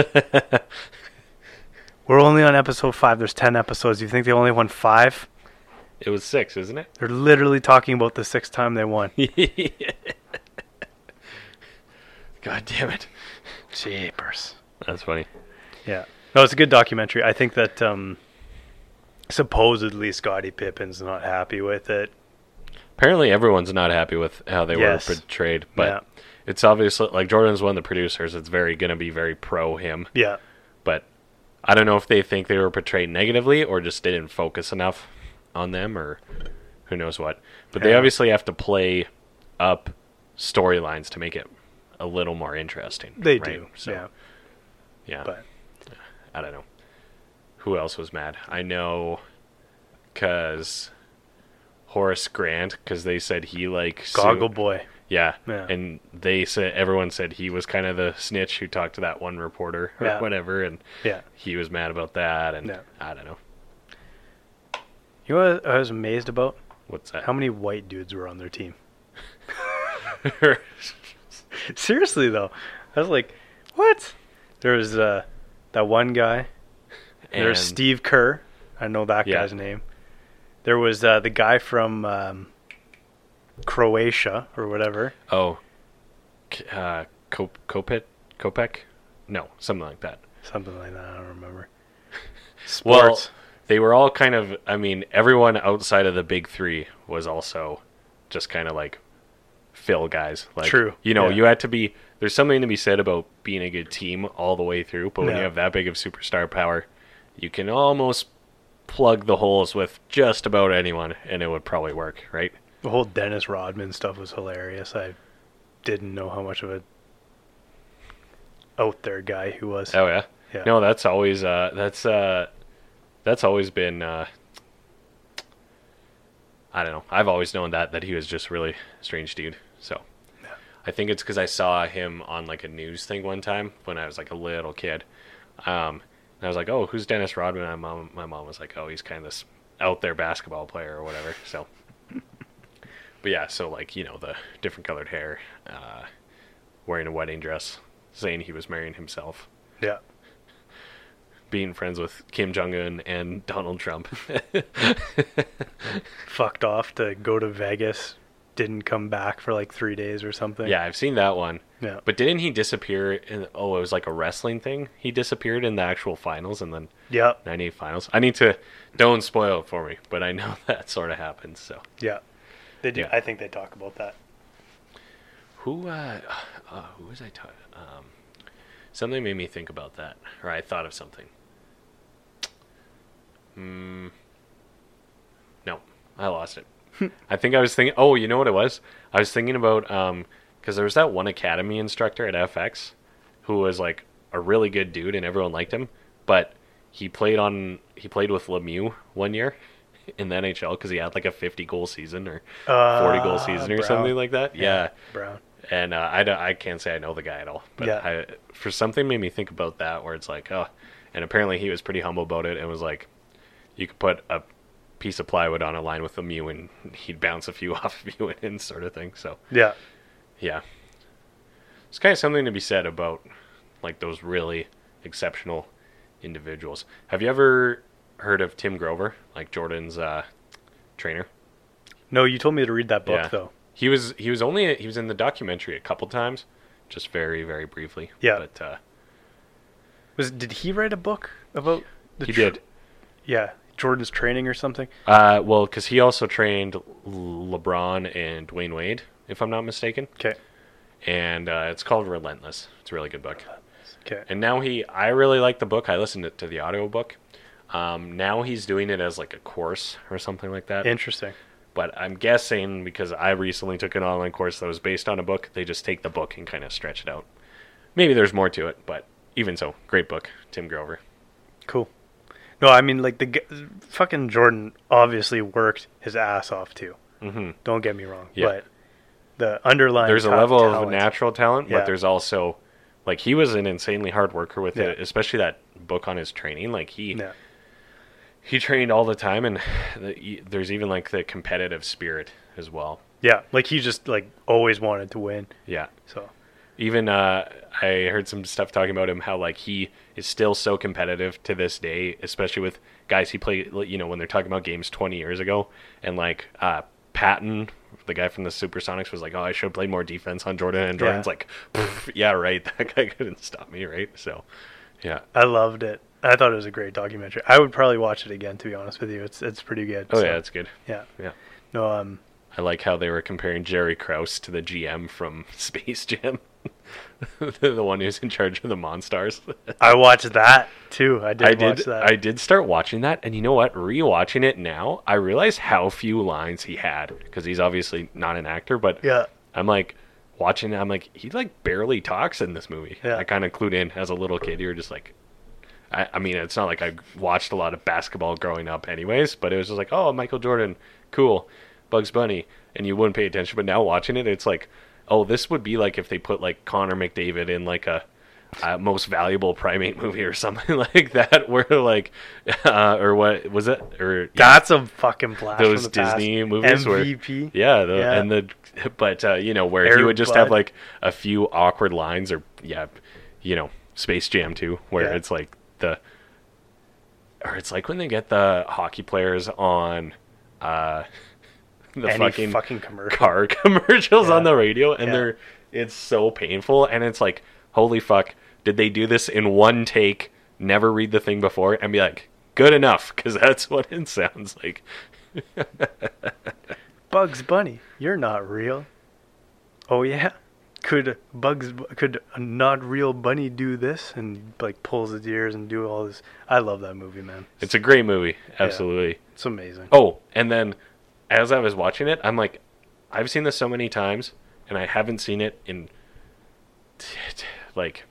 A: We're only on episode five. There's ten episodes. You think they only won five?
B: It was six, isn't it?
A: They're literally talking about the sixth time they won.
B: God damn it.
A: Jeepers.
B: That's funny.
A: Yeah. No, it's a good documentary. I think that um, supposedly Scottie Pippen's not happy with it.
B: Apparently, everyone's not happy with how they
A: Yes.
B: were portrayed, but
A: Yeah.
B: it's obviously like Jordan's one of the producers. It's very going to be very pro him,
A: Yeah.
B: but I don't know if they think they were portrayed negatively or just didn't focus enough on them or who knows what. But they
A: Yeah.
B: obviously have to play up storylines to make it a little more interesting.
A: They
B: right?
A: do.
B: So,
A: yeah.
B: yeah.
A: But
B: I don't know. Who else was mad? I know because Horace Grant, because they said he like sued-
A: Goggle Boy.
B: yeah.
A: Yeah.
B: and they said everyone said he was kind of the snitch who talked to that one reporter or
A: Yeah.
B: whatever, and
A: Yeah.
B: he was mad about that, and
A: Yeah.
B: I don't know
A: You know what I was amazed about?
B: what's that.
A: How many white dudes were on their team? Seriously though. I was like, what? There was uh, that one guy. There's
B: And-
A: Steve Kerr. I know that
B: Yeah.
A: guy's name. There was uh, the guy from um, Croatia or whatever.
B: Oh, K- uh, Kop- Kopet Kopek, no, something like that.
A: Something like that. I don't remember.
B: Well,
A: Sports.
B: they were all kind of. I mean, everyone outside of the big three was also just kind of like fill guys. Like,
A: True,
B: You know,
A: yeah.
B: you had to be. There's something to be said about being a good team all the way through. But when you
A: Yeah.
B: have that big of superstar power, you can almost plug the holes with just about anyone, and it would probably work, right?
A: the whole Dennis Rodman stuff was hilarious. I didn't know how much of a out there guy he was.
B: Oh yeah.
A: Yeah.
B: No, that's always uh that's uh that's always been uh I don't know. I've always known that that he was just really strange dude. So I think it's cuz I saw him on like a news thing one time when I was like a little kid. Um and I was like, "Oh, who's Dennis Rodman?" My mom my mom was like, "Oh, he's kind of this out there basketball player or whatever." So But yeah, so like, you know, the different colored hair, uh wearing a wedding dress, saying he was marrying himself
A: Yeah.
B: being friends with Kim Jong Un and Donald Trump.
A: Fucked off to go to Vegas. Didn't come back for like three days or something.
B: yeah, I've seen that one.
A: Yeah.
B: But didn't he disappear? In, oh, it was like a wrestling thing. He disappeared in the actual finals and then
A: Yeah.
B: 98 finals. I need to don't spoil it for me, but I know that sort of happens. So
A: Yeah. They do.
B: Yeah.
A: I think they talk about that.
B: who uh, uh who was I talking? Um, something made me think about that, or I thought of something. Hmm. No, I lost it. I think I was thinking. Oh, you know what it was? I was thinking about um, because there was that one academy instructor at FX, who was like a really good dude and everyone liked him, but he played on he played with Lemieux one year in the NHL because he had like a 50 goal season or 40 goal
A: Ah,
B: season or
A: Brown.
B: something like that. Yeah.
A: Brown.
B: And uh, I, don't- I can't say I know the guy at all, but
A: Yeah.
B: I, for something made me think about that where it's like, oh, and apparently he was pretty humble about it and was like, you could put a piece of plywood on a line with Lemieux and he'd bounce a few off of you and sort of thing. So
A: Yeah.
B: yeah. It's kind of something to be said about like those really exceptional individuals. Have you ever heard of Tim Grover, like Jordan's uh, trainer?
A: No, you told me to read that book
B: Yeah.
A: though.
B: He was he was only he was in the documentary a couple times, just very very briefly.
A: Yeah.
B: but uh,
A: Was did he write a book about the
B: he
A: tr-
B: did.
A: Yeah, Jordan's training or something.
B: Uh, well, because he also trained LeBron and Dwayne Wade, if I'm not mistaken,
A: Okay.
B: and uh, it's called Relentless. It's a really good book.
A: Okay.
B: and now he i really like the book i listened to, to the audiobook um, now he's doing it as like a course or something like that
A: Interesting.
B: but i'm guessing because i recently took an online course that was based on a book they just take the book and kind of stretch it out maybe there's more to it but even so great book tim grover
A: Cool. No, I mean like the g- fucking Jordan obviously worked his ass off too. Mm-hmm. Don't get me wrong,
B: Yeah.
A: but the underlying
B: there's a
A: ta-
B: level of
A: talent-
B: natural talent
A: Yeah.
B: but there's also like he was an insanely hard worker with it
A: Yeah.
B: especially that book on his training like he
A: Yeah.
B: he trained all the time and the, there's even like the competitive spirit as well
A: Yeah, like he just like always wanted to win.
B: yeah
A: So
B: Even uh, I heard some stuff talking about him how like he is still so competitive to this day, especially with guys he played. You know, when they're talking about games 20 years ago, and like uh, Patton, the guy from the Supersonics, was like, "Oh, I should have played more defense on Jordan." And Jordan's
A: Yeah.
B: like, "Pff, "Yeah, right. That guy couldn't stop me, right?" So, yeah.
A: I loved it. I thought it was a great documentary. I would probably watch it again to be honest with you. It's it's pretty good.
B: Oh
A: so,
B: yeah, that's good.
A: yeah.
B: Yeah.
A: No, um,
B: I like how they were comparing Jerry Krause to the GM from Space Jam, the the one who's in charge of the Monstars.
A: I watched that too. I did.
B: I did.
A: Watch that.
B: I did start watching that, and you know what? Rewatching it now, I realize how few lines he had because he's obviously not an actor. But
A: Yeah.
B: I'm like watching. I'm like he like barely talks in this movie.
A: Yeah.
B: I kind of clued in as a little kid. You were just like, I, I mean, it's not like I watched a lot of basketball growing up, anyways. But it was just like, oh, Michael Jordan, cool, Bugs Bunny, and you wouldn't pay attention. But now watching it, it's like, oh, this would be like if they put like Connor McDavid in like a uh, most valuable primate movie or something like that, where like, uh, or what was it? Or yeah,
A: That's a fucking blast. from
B: those
A: the past.
B: Disney movies where
A: MVP.
B: yeah, the,
A: Yeah.
B: and the but uh, you know where he
A: Air
B: would just
A: Bud.
B: have like a few awkward lines or yeah, you know Space Jam too, where
A: Yeah.
B: it's like the or it's like when they get the hockey players on uh the
A: Any
B: fucking,
A: fucking, commercial.
B: car commercials on
A: Yeah.
B: the radio and
A: Yeah.
B: they're it's so painful and it's like holy fuck did they do this in one take never read the thing before and be like good enough because that's what it sounds like
A: Bugs Bunny, you're not real. Oh yeah. Could Bugs Bu- could a not real bunny do this and like pulls his ears and do all this? I love that movie, man.
B: It's a great movie, absolutely.
A: It's amazing.
B: Oh, and then as I was watching it, I'm like, I've seen this so many times, and I haven't seen it in like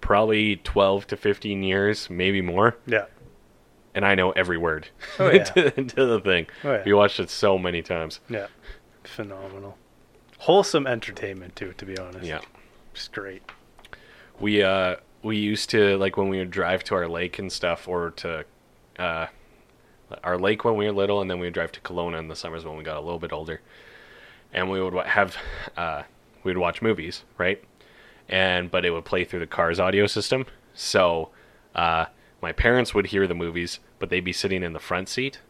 B: probably 12 to 15 years, maybe more,
A: Yeah.
B: and I know every word
A: Oh, yeah.
B: to, to the thing.
A: Oh, yeah.
B: We watched it so many times.
A: Yeah. Phenomenal. Wholesome entertainment too, to be honest.
B: Yeah.
A: Just great.
B: we uh we used to like when we would drive to our lake and stuff or to uh our lake when we were little and then we would drive to Kelowna in the summers when we got a little bit older and we would wa- have uh we'd watch movies right and but it would play through the car's audio system so uh my parents would hear the movies but they'd be sitting in the front seat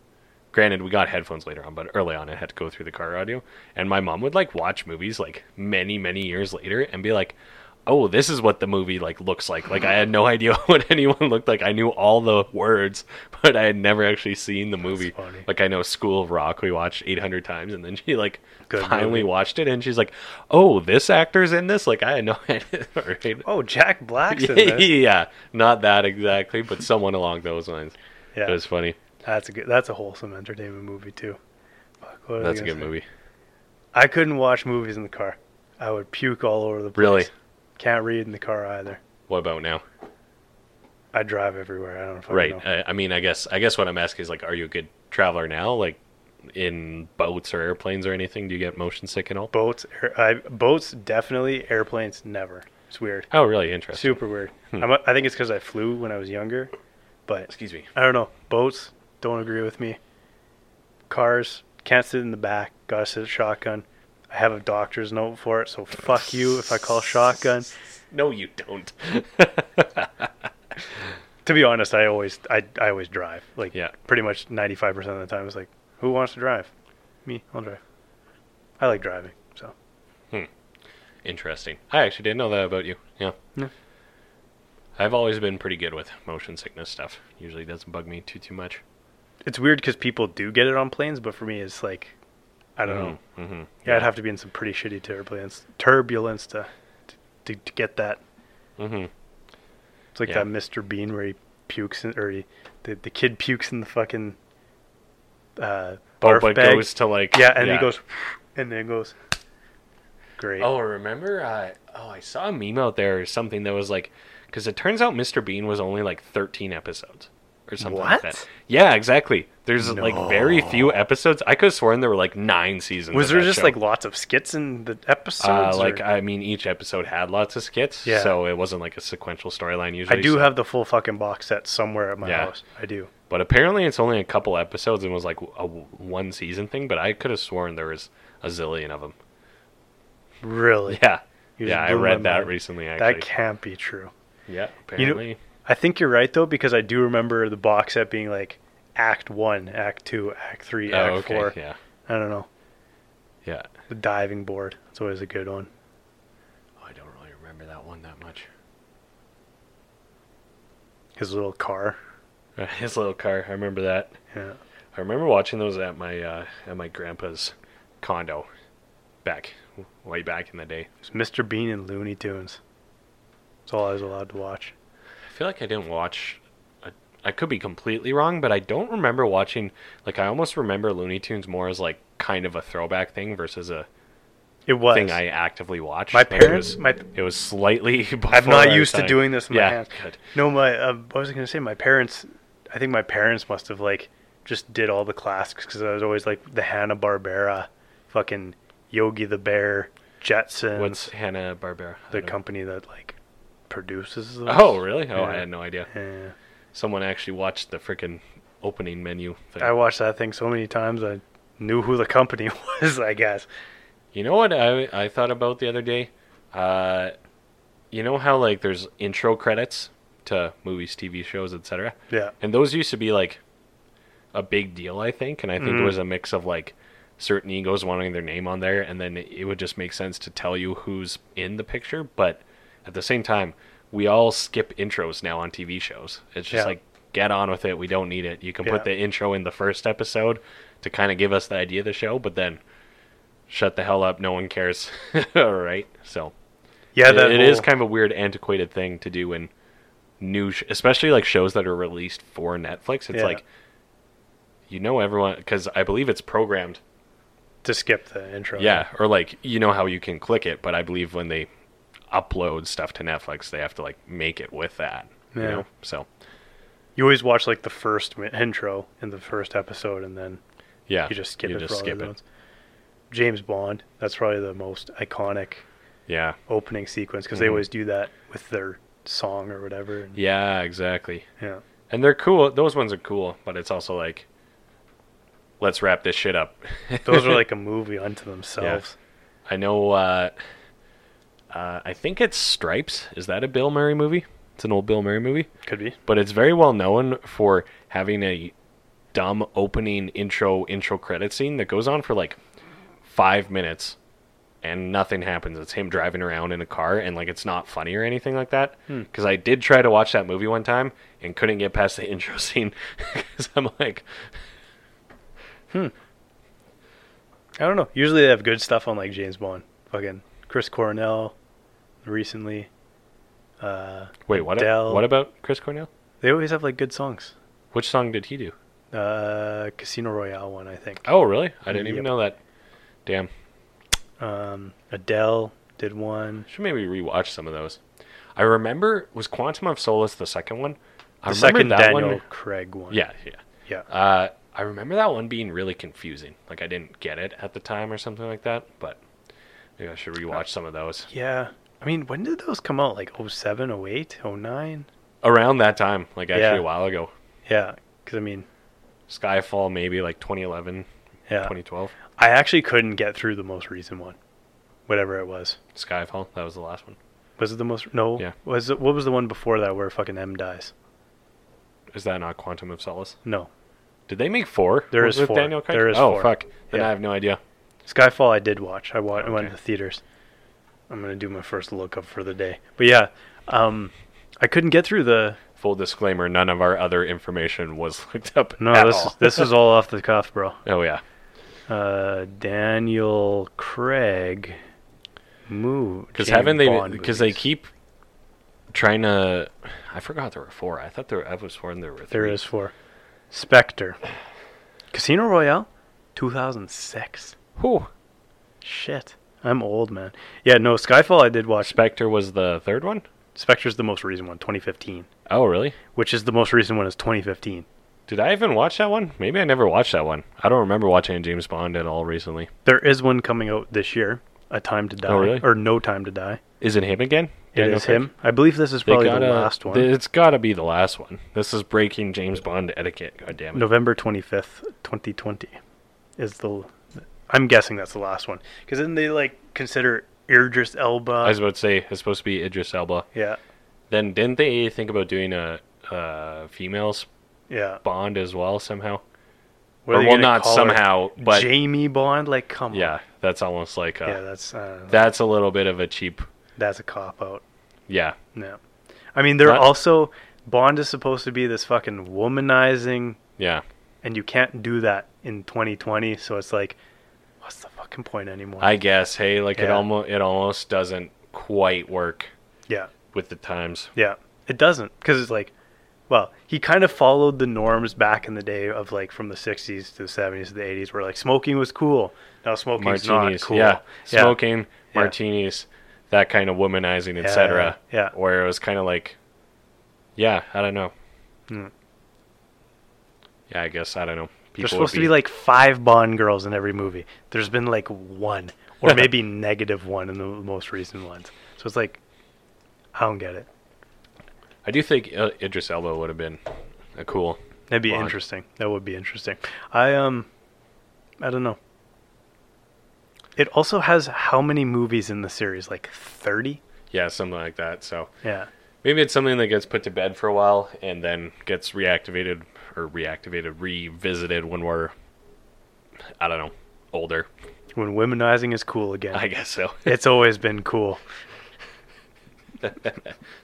B: granted we got headphones later on but early on it had to go through the car audio and my mom would like watch movies like many many years later and be like oh this is what the movie like looks like like i had no idea what anyone looked like i knew all the words but i had never actually seen the movie
A: funny.
B: like i know school of rock we watched 800 times and then she like
A: Good movie.
B: finally watched it and she's like oh this actor's in this like i had no idea right?
A: Oh, Jack Black's in this.
B: yeah not that exactly but someone along those lines
A: Yeah.
B: it was funny
A: That's a good. That's a wholesome entertainment movie too. Fuck, what was I
B: that's a
A: gonna
B: good
A: say?
B: movie
A: I couldn't watch movies in the car. I would puke all over the place.
B: Really?
A: Can't read in the car either.
B: what about now
A: I drive everywhere. I don't fucking
B: right
A: know.
B: I, I mean i guess i guess what i'm asking is like are you a good traveler now like in boats or airplanes or anything do you get motion sick and all
A: Boats, air, I, boats definitely. Airplanes never. It's weird.
B: oh really interesting
A: Super weird. I'm, I think it's because I flew when I was younger, but
B: Hmm. excuse me
A: I don't know. Boats don't agree with me. Cars can't sit in the back. Gotta sit shotgun. I have a doctor's note for it, so fuck you if I call shotgun.
B: no you don't
A: to be honest, I always I, I always drive. Like
B: Yeah.
A: pretty much ninety five percent of the time it's like, who wants to drive? Me, I'll drive. I like driving, so
B: Interesting. I actually didn't know that about you. Yeah.
A: Yeah.
B: I've always been pretty good with motion sickness stuff. Usually doesn't bug me too too much.
A: it's weird because people do get it on planes, but for me it's like I don't know.
B: Mm-hmm.
A: Yeah, I'd have to be in some pretty shitty turbulence turbulence to to, to get that.
B: Mhm.
A: It's like
B: Yeah.
A: that Mr. Bean where he pukes in, or he, the the kid pukes in the fucking uh,
B: Oh,
A: barf
B: but
A: bag.
B: goes to like
A: yeah, and he goes and then goes. Great.
B: Oh, remember? Uh, oh, I saw a meme out there or something that was like, because it turns out Mr. Bean was only like 13 episodes or something like that.
A: What?
B: Yeah, exactly. There's like very few episodes. I could have sworn there were like nine seasons.
A: Was
B: of
A: there
B: that
A: just
B: show.
A: like lots of skits in the
B: Uh,
A: episodes?
B: like
A: or-
B: I mean, each episode had lots of skits,
A: Yeah.
B: so it wasn't like a sequential storyline.
A: I
B: Usually,
A: do
B: so-
A: have the full fucking box set somewhere at my
B: Yeah.
A: house. I do.
B: But apparently, it's only a couple episodes and was like a w- one season thing. But I could have sworn there was a zillion of them.
A: Really?
B: Yeah,
A: You
B: yeah,
A: just
B: I
A: blew my
B: read that
A: mind.
B: recently. Actually,
A: That can't be true.
B: yeah, apparently.
A: I think you're right though, because I do remember the box set being like Act One, Act Two, Act Three,
B: oh,
A: Act
B: okay.
A: Four.
B: Yeah,
A: I don't know.
B: yeah.
A: The diving board. That's always a good one.
B: Oh, I don't really remember that one that much.
A: His little car.
B: His little car. I remember that.
A: Yeah.
B: I remember watching those at my uh, at my grandpa's condo back way back in the day.
A: It's Mr. Bean and Looney Tunes. That's all I was allowed to watch.
B: I feel like I didn't watch. I, I could be completely wrong, but I don't remember watching. Like I almost remember Looney Tunes more as like kind of a throwback thing versus a
A: It was.
B: thing I actively watched.
A: my
B: Like, it
A: parents.
B: was-
A: my
B: It was slightly.
A: I'm
B: before
A: not
B: our
A: used to
B: time.
A: doing this with my
B: yeah,
A: hands.
B: good.
A: No, my uh, what was I gonna say? My parents. I think my parents must have like just did all the classics because I was always like the Hanna Barbera, fucking Yogi the Bear, Jetsons,
B: What's Hanna Barbera?
A: the company that like produces those.
B: Oh really? Oh, I
A: Yeah.
B: had no idea.
A: Yeah.
B: Someone actually watched the freaking opening menu. Thing.
A: I watched that thing so many times I knew who the company was. I guess.
B: You know what I I thought about the other day? Uh, you know how like there's intro credits to movies, TV shows, etc.
A: Yeah.
B: And those used to be like a big deal, I think. And I think it
A: Mm.
B: was a mix of like certain egos wanting their name on there, and then it would just make sense to tell you who's in the picture. But at the same time, we all skip intros now on TV shows. It's just
A: Yeah.
B: like get on with it. We don't need it. You can
A: Yeah.
B: put the intro in the first episode to kind of give us the idea of the show, but then shut the hell up. No one cares. all right. So
A: Yeah.
B: it it is
A: That whole-
B: kind of a weird, antiquated thing to do in new, sh- especially like shows that are released for Netflix. It's
A: Yeah.
B: like you know everyone because I believe it's programmed.
A: to skip the intro.
B: Yeah, or like you know how you can click it, but I believe when they upload stuff to Netflix, they have to like make it with that. You
A: Yeah.
B: know? So
A: You always watch like the first mi- intro in the first episode, and then
B: yeah,
A: you just skip it. for all
B: skip
A: the other
B: it.
A: ones. James Bond. That's probably the most iconic
B: Yeah,
A: opening sequence because they always do that with their song or whatever. and-
B: Mm-hmm. yeah, exactly.
A: yeah.
B: And they're cool. Those ones are cool, but it's also like, let's wrap this shit up.
A: Those are like a movie unto themselves.
B: I know. Uh, uh, I think it's Stripes. Is that a Bill Murray movie? It's an old Bill Murray movie,
A: Could be.
B: but it's very well known for having a dumb opening intro intro credit scene that goes on for like five minutes and nothing happens. It's him driving around in a car and like it's not funny or anything like that. Because I did try to watch that movie one time and couldn't get past the intro scene because I'm like,
A: I don't know. Usually they have good stuff on like James Bond. Fucking Chris Cornell recently. Uh,
B: wait, what?
A: Adele.
B: What about Chris Cornell?
A: they always have like good songs.
B: Which song did he do?
A: Uh, Casino Royale one, I think.
B: Oh, really? I didn't
A: Yep.
B: even know that. Damn.
A: Um, Adele did one.
B: Should maybe rewatch some of those. I remember was Quantum of Solace the second one. I
A: The
B: remember
A: second
B: that
A: Daniel
B: one.
A: Craig one.
B: Yeah, yeah.
A: Yeah.
B: Uh, I remember that one being really confusing. Like I didn't get it at the time or something like that. But maybe I should rewatch some of those
A: yeah. I mean, when did those come out? Like 07, 08, 09?
B: around that time. Like actually
A: Yeah.
B: a while ago.
A: Yeah. Because, I mean,
B: Skyfall maybe like 2011,
A: yeah.
B: 2012.
A: I actually couldn't get through the most recent one, whatever it was.
B: Skyfall. That was the last one.
A: Was it the most? No.
B: Yeah.
A: Was it, what was the one before that where fucking M dies?
B: Is that not Quantum of Solace?
A: No.
B: Did they make four?
A: There
B: What
A: is
B: with
A: four.
B: Daniel Craig?
A: There is
B: oh
A: four.
B: fuck. Then
A: Yeah.
B: I have no idea.
A: Skyfall I did watch. I wa- I went
B: Okay.
A: to the theaters. I'm gonna do my first lookup for the day. But yeah, um, I couldn't get through the.
B: Full disclaimer: None of our other information was looked up.
A: No,
B: at
A: this
B: all.
A: this is all off the cuff, bro.
B: Oh yeah,
A: Uh, Daniel Craig. Move
B: because haven't they? Because they keep trying to. I forgot there were four. I thought there. I was sworn there were. Three.
A: there is four. Spectre, Casino Royale, 2006.
B: Whew.
A: Shit. I'm old, man. Yeah, no, Skyfall I did watch.
B: Spectre was the third one.
A: Spectre's the most recent one, 2015,
B: Oh really?
A: which is the most recent one is 2015.
B: Did I even watch that one? Maybe I never watched that one. I don't remember watching James Bond at all recently.
A: There is one coming out this year, A Time to Die,
B: Oh, really?
A: or No Time to Die.
B: Is it him again?
A: It is
B: Daniel Craig?
A: him. I believe this is
B: They
A: probably
B: gotta-
A: the last one.
B: th- It's got to be the last one. This is breaking James Bond etiquette. God damn it.
A: November 25th, 2020 is the I'm guessing that's the last one. Cuz then they like consider Idris Elba.
B: I was about to say it's supposed to be Idris Elba.
A: yeah,
B: Then didn't they think about doing a, a females
A: yeah.
B: Bond as well somehow?
A: What are
B: or
A: they
B: well,
A: gonna
B: not
A: call her?
B: somehow, but
A: Jamie Bond. Like, come on.
B: yeah, that's almost like a,
A: Oh. yeah. That's uh,
B: that's a little bit of a cheap.
A: that's a cop out.
B: Yeah,
A: No, I mean they're
B: Not-
A: also Bond is supposed to be this fucking womanizing,
B: yeah.
A: and you can't do that in 2020. So it's like, what's the fucking point anymore?
B: I guess. Hey, like it
A: Yeah.
B: almost it almost doesn't quite work
A: yeah.
B: with the times.
A: Yeah, it doesn't because it's like, well, he kind of followed the norms back in the day of like from the '60s to the '70s to the '80s, where like smoking was cool. Now smoking's
B: martinis,
A: not cool.
B: yeah, smoking, martinis, that kind of womanizing, etc.
A: yeah.
B: where it was kind of like, yeah, I don't know.
A: Hmm.
B: Yeah, I guess I don't know. People
A: There's
B: would
A: supposed to be like five Bond girls in every movie. There's been like one, or maybe negative one in the most recent ones. So it's like, I don't get it.
B: I do think uh, Idris Elba would have been a cool.
A: That'd be
B: Bond.
A: interesting. That would be interesting. I um, I don't know. It also has how many movies in the series? Like thirty.
B: Yeah, something like that. So
A: Yeah.
B: maybe it's something that gets put to bed for a while and then gets reactivated or reactivated, revisited when we're, I don't know, older.
A: when womanizing is cool again.
B: I guess so.
A: It's always been cool.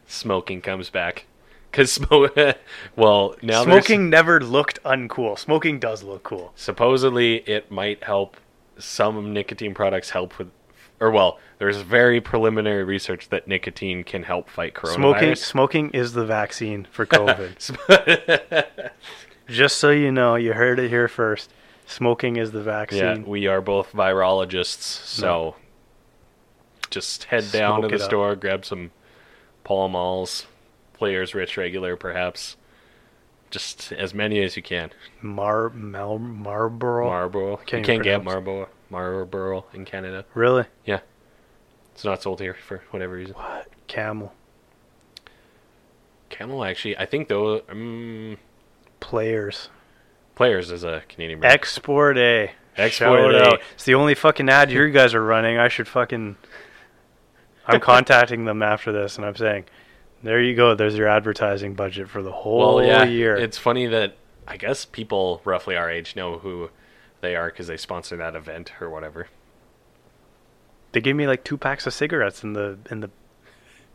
B: Smoking comes back. Cause smoke. well, now there's-
A: Smoking never looked uncool. Smoking does look cool.
B: supposedly it might help some nicotine products help with or well there's very preliminary research that nicotine can help fight
A: Smoking
B: coronavirus
A: smoking is the vaccine for COVID. Just so you know, you heard it here first. Smoking is the
B: yeah
A: vaccine.
B: we are both virologists so just head down
A: Smoke
B: to
A: it
B: the
A: up.
B: store grab some pall malls players rich regular perhaps just as many as you can
A: Mar Mal Marlboro.
B: marlboro
A: Can't
B: you
A: even
B: can't get
A: pronounce.
B: marlboro marlboro in canada
A: really?
B: yeah it's not sold here for whatever reason
A: What? Camel.
B: Camel actually, I think though, um,
A: Players.
B: players is a Canadian brand.
A: Export A.
B: Export
A: Shout
B: A.
A: out. It's the only fucking ad you guys are running. I should fucking. I'm contacting them after this, and I'm saying, "There you go. There's your advertising budget for the whole
B: well, yeah,
A: year."
B: it's funny that I guess people roughly our age know who they are because they sponsor that event or whatever.
A: they gave me like two packs of cigarettes in the in the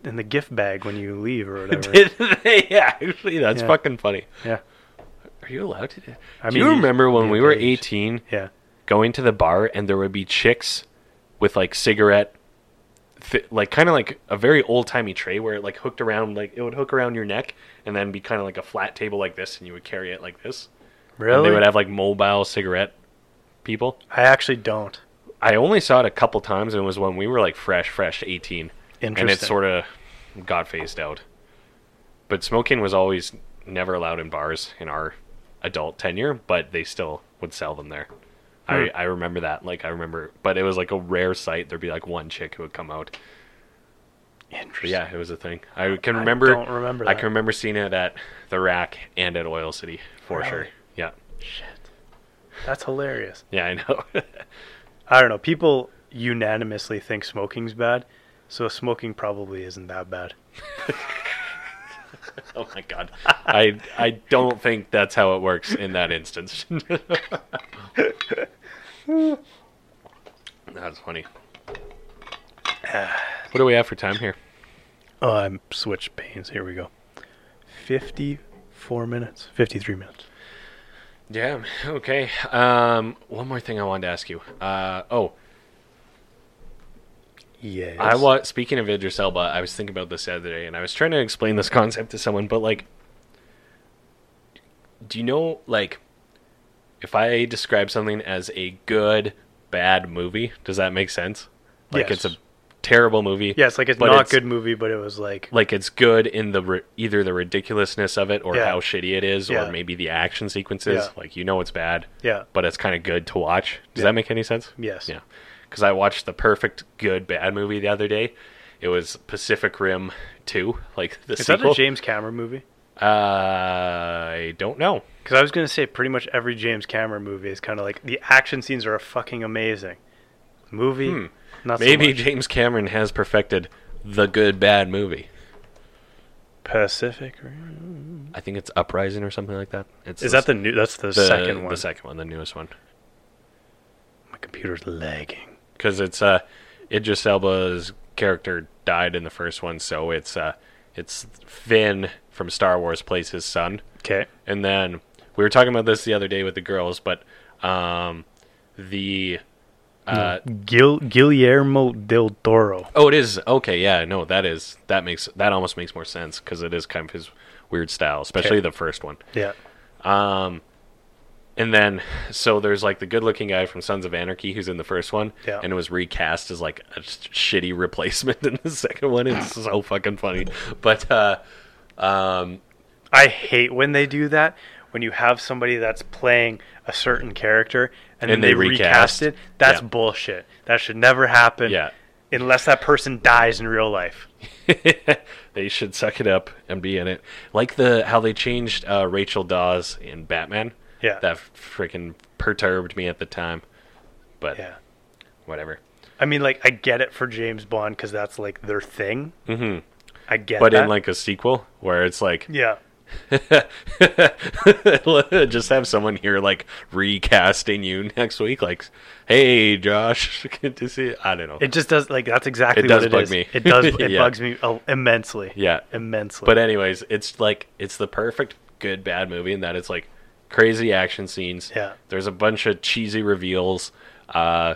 A: in the gift bag when you leave or whatever.
B: Did they actually? That's
A: Yeah.
B: fucking funny.
A: Yeah.
B: Are you allowed to? Do,
A: I
B: do
A: mean,
B: you
A: you-
B: remember when
A: you
B: we were
A: age.
B: eighteen,
A: Yeah,
B: going to the bar and there would be chicks with like cigarette. Th- like kind of like a very old timey tray where it like hooked around like it would hook around your neck and then be kind of like a flat table like this and you would carry it like this And
A: really?
B: they would have like mobile cigarette people.
A: I actually don't.
B: I only saw it a couple times, and it was when we were like fresh, fresh eighteen, and it
A: Interesting.
B: sort of got phased out. But smoking was always never allowed in bars in our adult tenure, but they still would sell them there.
A: Hmm.
B: I, I remember that. Like I remember, but it was like a rare sight. There'd be like one chick who would come out.
A: Interesting.
B: But yeah, it was a thing. I can
A: I
B: remember.
A: don't remember
B: I
A: that.
B: can remember seeing it at the rack and at Oil City for
A: Really?
B: sure. Yeah,
A: That's hilarious.
B: yeah, I know.
A: I don't know. People unanimously think smoking's bad, so smoking probably isn't that bad.
B: Oh my god. I I don't think that's how it works in that instance. that's funny. What do we have for time here?
A: Oh, I'm switch pains. Here we go. 54 minutes. 53 minutes.
B: Yeah, okay. Um one more thing I wanted to ask you. Uh oh,
A: Yes.
B: I wa- speaking of Idris Elba, I was thinking about this the other day, and I was trying to explain this concept to someone, but like, do you know like, if I describe something as a good bad movie, does that make sense? Like
A: Yes.
B: it's a terrible movie.
A: Yeah, it's like it's
B: but
A: not a good movie, but it was like
B: Like it's good in the ri- either the ridiculousness of it or
A: Yeah.
B: how shitty it is,
A: Yeah.
B: or maybe the action sequences.
A: Yeah.
B: Like you know it's bad,
A: yeah,
B: but it's kind of good to watch. Does
A: Yeah.
B: that make any sense?
A: yes.
B: Yeah. Because I watched the perfect good bad movie the other day. It was Pacific Rim 2, like the
A: Is that
B: sequel.
A: a James Cameron movie?
B: uh, I don't know.
A: Because I was gonna say pretty much every Hmm. James Cameron movie is kind of like the action scenes are fucking amazing. Movie, Not so
B: Maybe
A: much.
B: James Cameron has perfected the good bad movie.
A: Pacific Rim.
B: I think it's Uprising or something like that. It's
A: Is that the new? That's the, second one.
B: The second one, the newest one,
A: My computer's lagging.
B: because it's uh, Idris Elba's character died in the first one, so it's uh, it's Finn from Star Wars plays his son.
A: Okay.
B: And then we were talking about this the other day with the girls, but um, the uh,
A: Gil Guillermo del Toro.
B: oh, it is okay. Yeah, no, that is that makes that almost makes more sense because it is kind of his weird style, especially the first one.
A: Yeah.
B: And then so there's like the good-looking guy from Sons of Anarchy who's in the first one,
A: Yeah.
B: and it was recast as like a sh- shitty replacement in the second one. It's so fucking funny, but uh, um,
A: I hate when they do that. When you have somebody that's playing a certain character and, then
B: And
A: they,
B: they
A: recast.
B: recast.
A: it, that's
B: Yeah.
A: bullshit. That should never happen.
B: Yeah.
A: Unless that person dies in real life.
B: they should suck it up and be in it. Like the how they changed uh, Rachel Dawes in Batman.
A: Yeah.
B: that freaking perturbed me at the time. But
A: Yeah.
B: whatever.
A: I mean, like, I get it for James Bond because that's like their thing. Mm-hmm. I get.
B: But in
A: that.
B: like a sequel where it's like
A: yeah,
B: just have someone here like recasting you next week, like, hey Josh, good to see. You. I don't know.
A: it just does. Like, that's exactly
B: It does
A: what it
B: bug
A: is.
B: me.
A: It does. It
B: Yeah.
A: bugs me oh, immensely.
B: Yeah.
A: immensely.
B: But uh, anyways, it's like it's the perfect good bad movie in that it's like crazy action scenes.
A: Yeah.
B: There's a bunch of cheesy reveals uh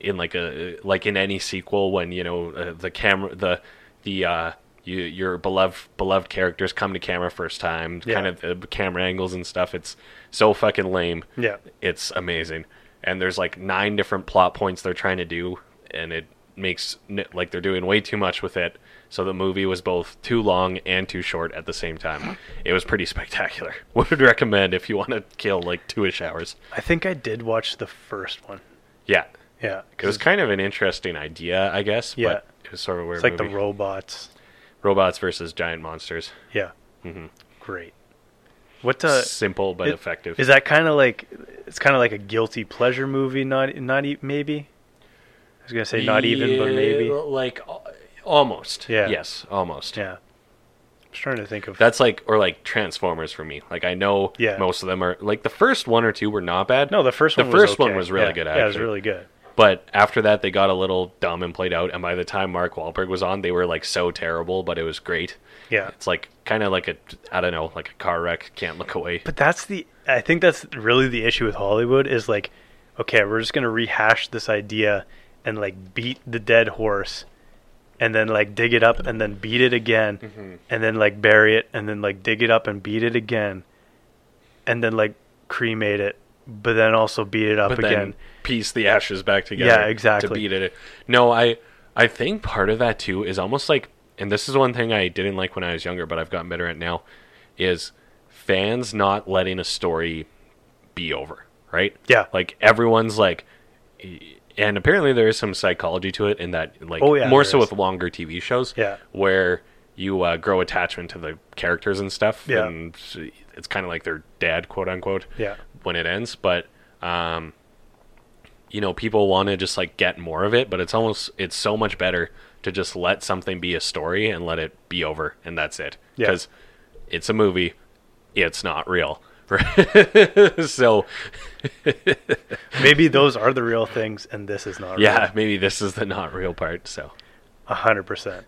B: in like a like in any sequel when you know uh, the camera the the uh you, your beloved beloved characters come to camera first time,
A: Yeah.
B: kind of the camera angles and stuff. It's so fucking lame.
A: Yeah.
B: it's amazing. And there's like nine different plot points they're trying to do, and it makes n- like they're doing way too much with it. So the movie was both too long and too short at the same time. It was pretty spectacular. Would recommend if you want to kill like two-ish hours.
A: I think I did watch the first one.
B: Yeah,
A: Yeah,
B: it was kind of an interesting idea, I guess.
A: Yeah.
B: but it was sort of a weird.
A: it's like the
B: movie.
A: robots.
B: robots versus giant monsters.
A: Yeah. Mm-hmm. Great. What uh,
B: Simple but
A: it-
B: effective.
A: is that? Kind of like it's kind of like a guilty pleasure movie. Not not e- maybe. I was gonna say not even, but
B: Yeah,
A: maybe.
B: like al- almost.
A: Yeah.
B: Yes, almost.
A: Yeah. I'm just trying to think of.
B: That's like or like Transformers for me. Like I know
A: Yeah.
B: most of them are like the first one or two were not bad.
A: no, the first
B: the
A: one. was
B: first one
A: okay.
B: was really
A: Yeah.
B: good,
A: Yeah, it was
B: actually.
A: really good.
B: but after that they got a little dumb and played out. And by the time Mark Wahlberg was on, they were like so terrible, but it was great.
A: Yeah.
B: It's like kind of like a I don't know like a car wreck. Can't look away.
A: But that's the I think that's really the issue with Hollywood is like, okay, we're just gonna rehash this idea and like beat the dead horse and then like dig it up and then beat it again
B: Mm-hmm.
A: and then like bury it and then like dig it up and beat it again and then like cremate it but then also beat it up
B: but
A: again.
B: then piece the ashes back together.
A: Yeah, exactly.
B: To beat it. No, I I think part of that too is almost like, and this is one thing I didn't like when I was younger, but I've gotten better at now, is fans not letting a story be over, right?
A: Yeah.
B: Like everyone's like, and apparently there is some psychology to it in that, like,
A: Oh, yeah,
B: more
A: there
B: so
A: is.
B: with longer TV shows,
A: Yeah.
B: where you uh, grow attachment to the characters and stuff,
A: Yeah.
B: and it's kind of like their dad, quote unquote,
A: Yeah.
B: when it ends, but. Um, you know people want to just like get more of it but it's almost it's so much better to just let something be a story and let it be over and that's it
A: Yeah.
B: because it's a movie it's not real so
A: Maybe those are the real things and this is not real.
B: yeah maybe this is the not real part so
A: A hundred percent.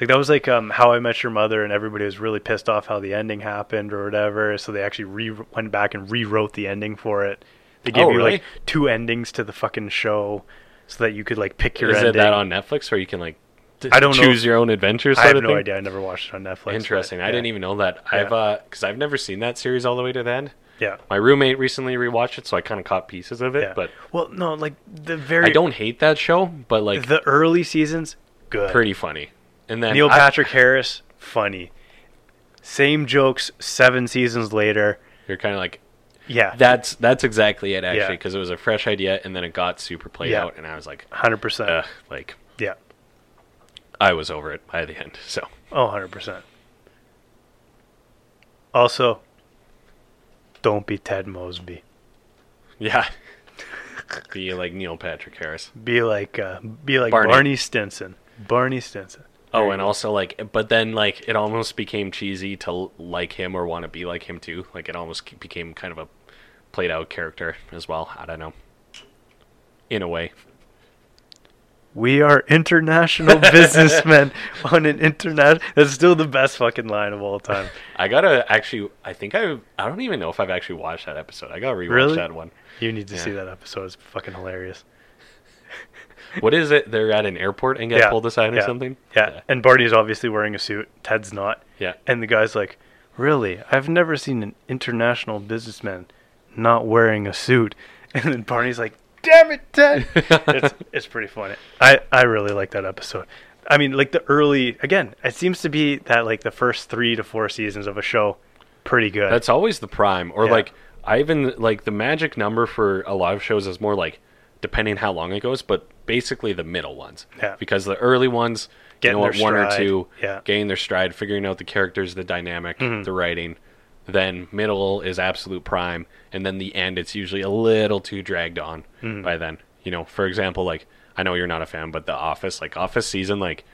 A: Like that was like um, how I met your mother, and everybody was really pissed off how the ending happened or whatever. So they actually re- went back and rewrote the ending for it. They gave
B: Oh,
A: you like
B: really?
A: two endings to the fucking show, so that you could like pick your
B: is
A: ending.
B: it that on netflix where you can like d-
A: I don't know.
B: choose your own adventures
A: I
B: sort
A: have
B: of
A: no
B: thing?
A: idea. I never watched it on Netflix. but,
B: interesting i
A: yeah.
B: didn't even know that i've
A: Yeah.
B: uh because i've never seen that series all the way to the end
A: Yeah,
B: my roommate recently rewatched it so i kind of caught pieces of it
A: yeah.
B: but
A: well, no, like the very
B: i don't hate that show but like
A: the early seasons good.
B: pretty funny and then
A: Neil
B: I-
A: Patrick Harris funny. Same jokes seven seasons later.
B: you're kind of like
A: Yeah,
B: That's that's exactly it
A: Yeah.
B: actually because it was a fresh idea and then it got super played
A: Yeah.
B: out and I was like,
A: hundred percent.
B: Ugh, like
A: Yeah.
B: I was over it by the end. So
A: Oh, 100%. Also, don't be Ted Mosby.
B: yeah, Be like Neil Patrick Harris.
A: Be like uh, be like
B: Barney.
A: Barney. Stinson. Barney Stinson.
B: Oh, and also like, but then like it almost became cheesy to l- like him or want to be like him too. Like it almost c- became kind of a played out character as well. I don't know. In a way,
A: We are international businessmen on an international. That's still the best fucking line of all time.
B: I gotta actually. I think I. I don't even know if I've actually watched that episode. I gotta rewatch
A: Really?
B: that one.
A: You need to see
B: Yeah.
A: that episode. It's fucking hilarious.
B: What is it? They're at an airport and get
A: Yeah,
B: pulled aside or
A: yeah,
B: something.
A: Yeah. And Barney's obviously wearing a suit. Ted's not.
B: Yeah.
A: And the guy's like, Really? I've never seen an international businessman not wearing a suit. And then Barney's like, Damn it, Ted. it's, it's pretty funny. I, I really like that episode. I mean, like the early, again, it seems to be that like the first three to four seasons of a show, pretty good.
B: That's always the prime. Or
A: Yeah.
B: like I even like the magic number for a lot of shows is more like depending how long it goes, but basically the middle ones.
A: Yeah.
B: Because the early ones
A: Getting
B: you know what,
A: their
B: one or
A: stride.
B: two,
A: Yeah. Mm-hmm.
B: getting their stride, figuring out the characters, the dynamic, the writing. Then middle is absolute prime, and then the end it's usually a little too dragged on
A: Mm-hmm.
B: by then. You know, for example, like I know you're not a fan, but The Office, like Office season, like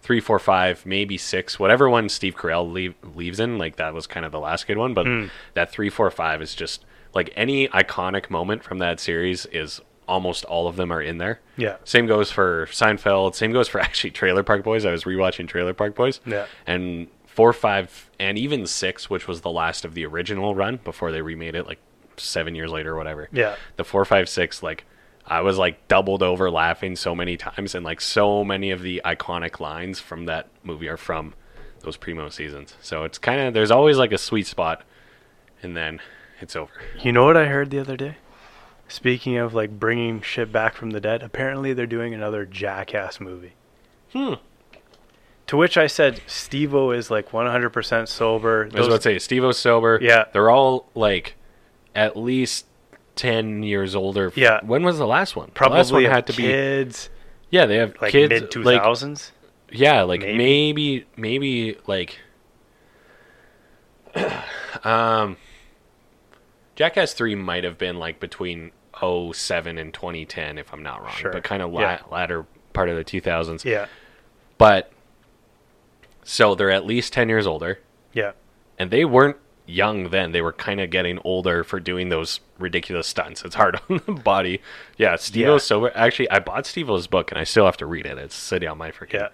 B: three, four, five, maybe six, whatever one Steve Carell leave, leaves in, like that was kind of the last good one. But that three, four, five is just like any iconic moment from that series is almost all of them are in there.
A: Yeah.
B: Same goes for Seinfeld. Same goes for actually Trailer Park Boys. I was rewatching Trailer Park Boys.
A: Yeah.
B: And four, five, and even six, which was the last of the original run before they remade it like seven years later or whatever
A: Yeah.
B: the four five six like i was like doubled over laughing so many times and like so many of the iconic lines from that movie are from those primo seasons so it's kind of there's always like a sweet spot and then it's over
A: You know what I heard the other day? Speaking of like bringing shit back from the dead, apparently they're doing another Jackass movie.
B: hmm
A: To which I said, Steve-O is like 100% sober.
B: i was
A: Those-
B: about to say steve o's sober
A: Yeah.
B: they're all like at least 10 years older
A: Yeah.
B: when was the last one the last one
A: probably
B: had to be
A: kids,
B: yeah they have
A: like
B: kids
A: mid
B: like
A: 2000s.
B: Yeah, like
A: Maybe.
B: maybe maybe, like um Jackass 3 might have been like between 07 and 2010 if I'm not wrong,
A: Sure.
B: but kind of la-
A: Yeah.
B: latter part of the 2000s.
A: yeah,
B: But so they're at least 10 years older
A: yeah,
B: and they weren't young then. They were kind of getting older for doing those ridiculous stunts. It's hard on the body. Yeah, Steve
A: Yeah.
B: O's sober. Actually, I bought Steve O's book and I still have to read it. It's sitting on my freaking
A: yeah.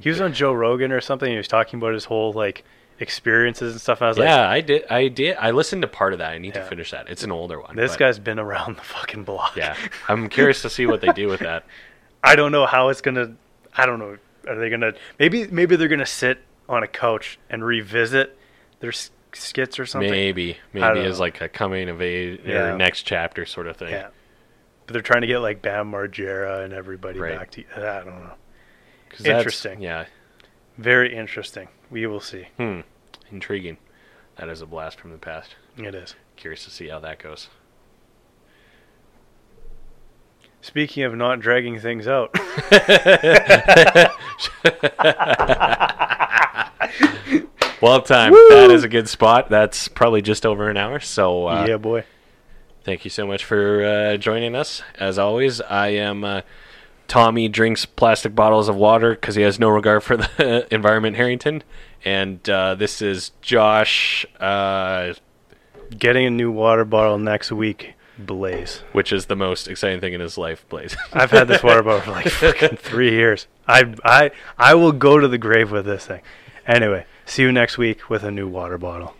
A: He was on Joe Rogan or something. And he was talking about his whole like experiences and stuff. And I was like,
B: yeah, I did. I did. I listened to part of that. I need to
A: Yeah.
B: finish that. It's an older one.
A: this
B: but-
A: guy's been around the fucking block.
B: Yeah, I'm curious to see what they do with that.
A: I don't know how it's gonna. I don't know. Are they gonna? Maybe maybe they're gonna sit on a couch and revisit their s- skits or something.
B: Maybe,
A: I
B: maybe
A: don't
B: as
A: know.
B: like a coming of age
A: Yeah.
B: or next chapter sort of thing.
A: Yeah. But they're trying to get like Bam Margera and everybody
B: Right.
A: back to. I don't know.
B: 'Cause that's-
A: Interesting.
B: Yeah,
A: Very interesting. We will see.
B: Hmm. intriguing. That is a blast from the past.
A: It is.
B: Curious to see how that goes.
A: Speaking of not dragging things out,
B: Well, time. That is a good spot. That's probably just over an hour. So uh,
A: yeah, boy.
B: Thank you so much for uh, joining us. As always, I am uh, Tommy drinks plastic bottles of water because he has no regard for the environment, Harrington. And uh, this is Josh, uh,
A: Getting a new water bottle next week, Blaze.
B: which is the most exciting thing in his life, Blaze.
A: I've had this water bottle for like fucking three years. I I I will go to the grave with this thing. Anyway, see you next week with a new water bottle.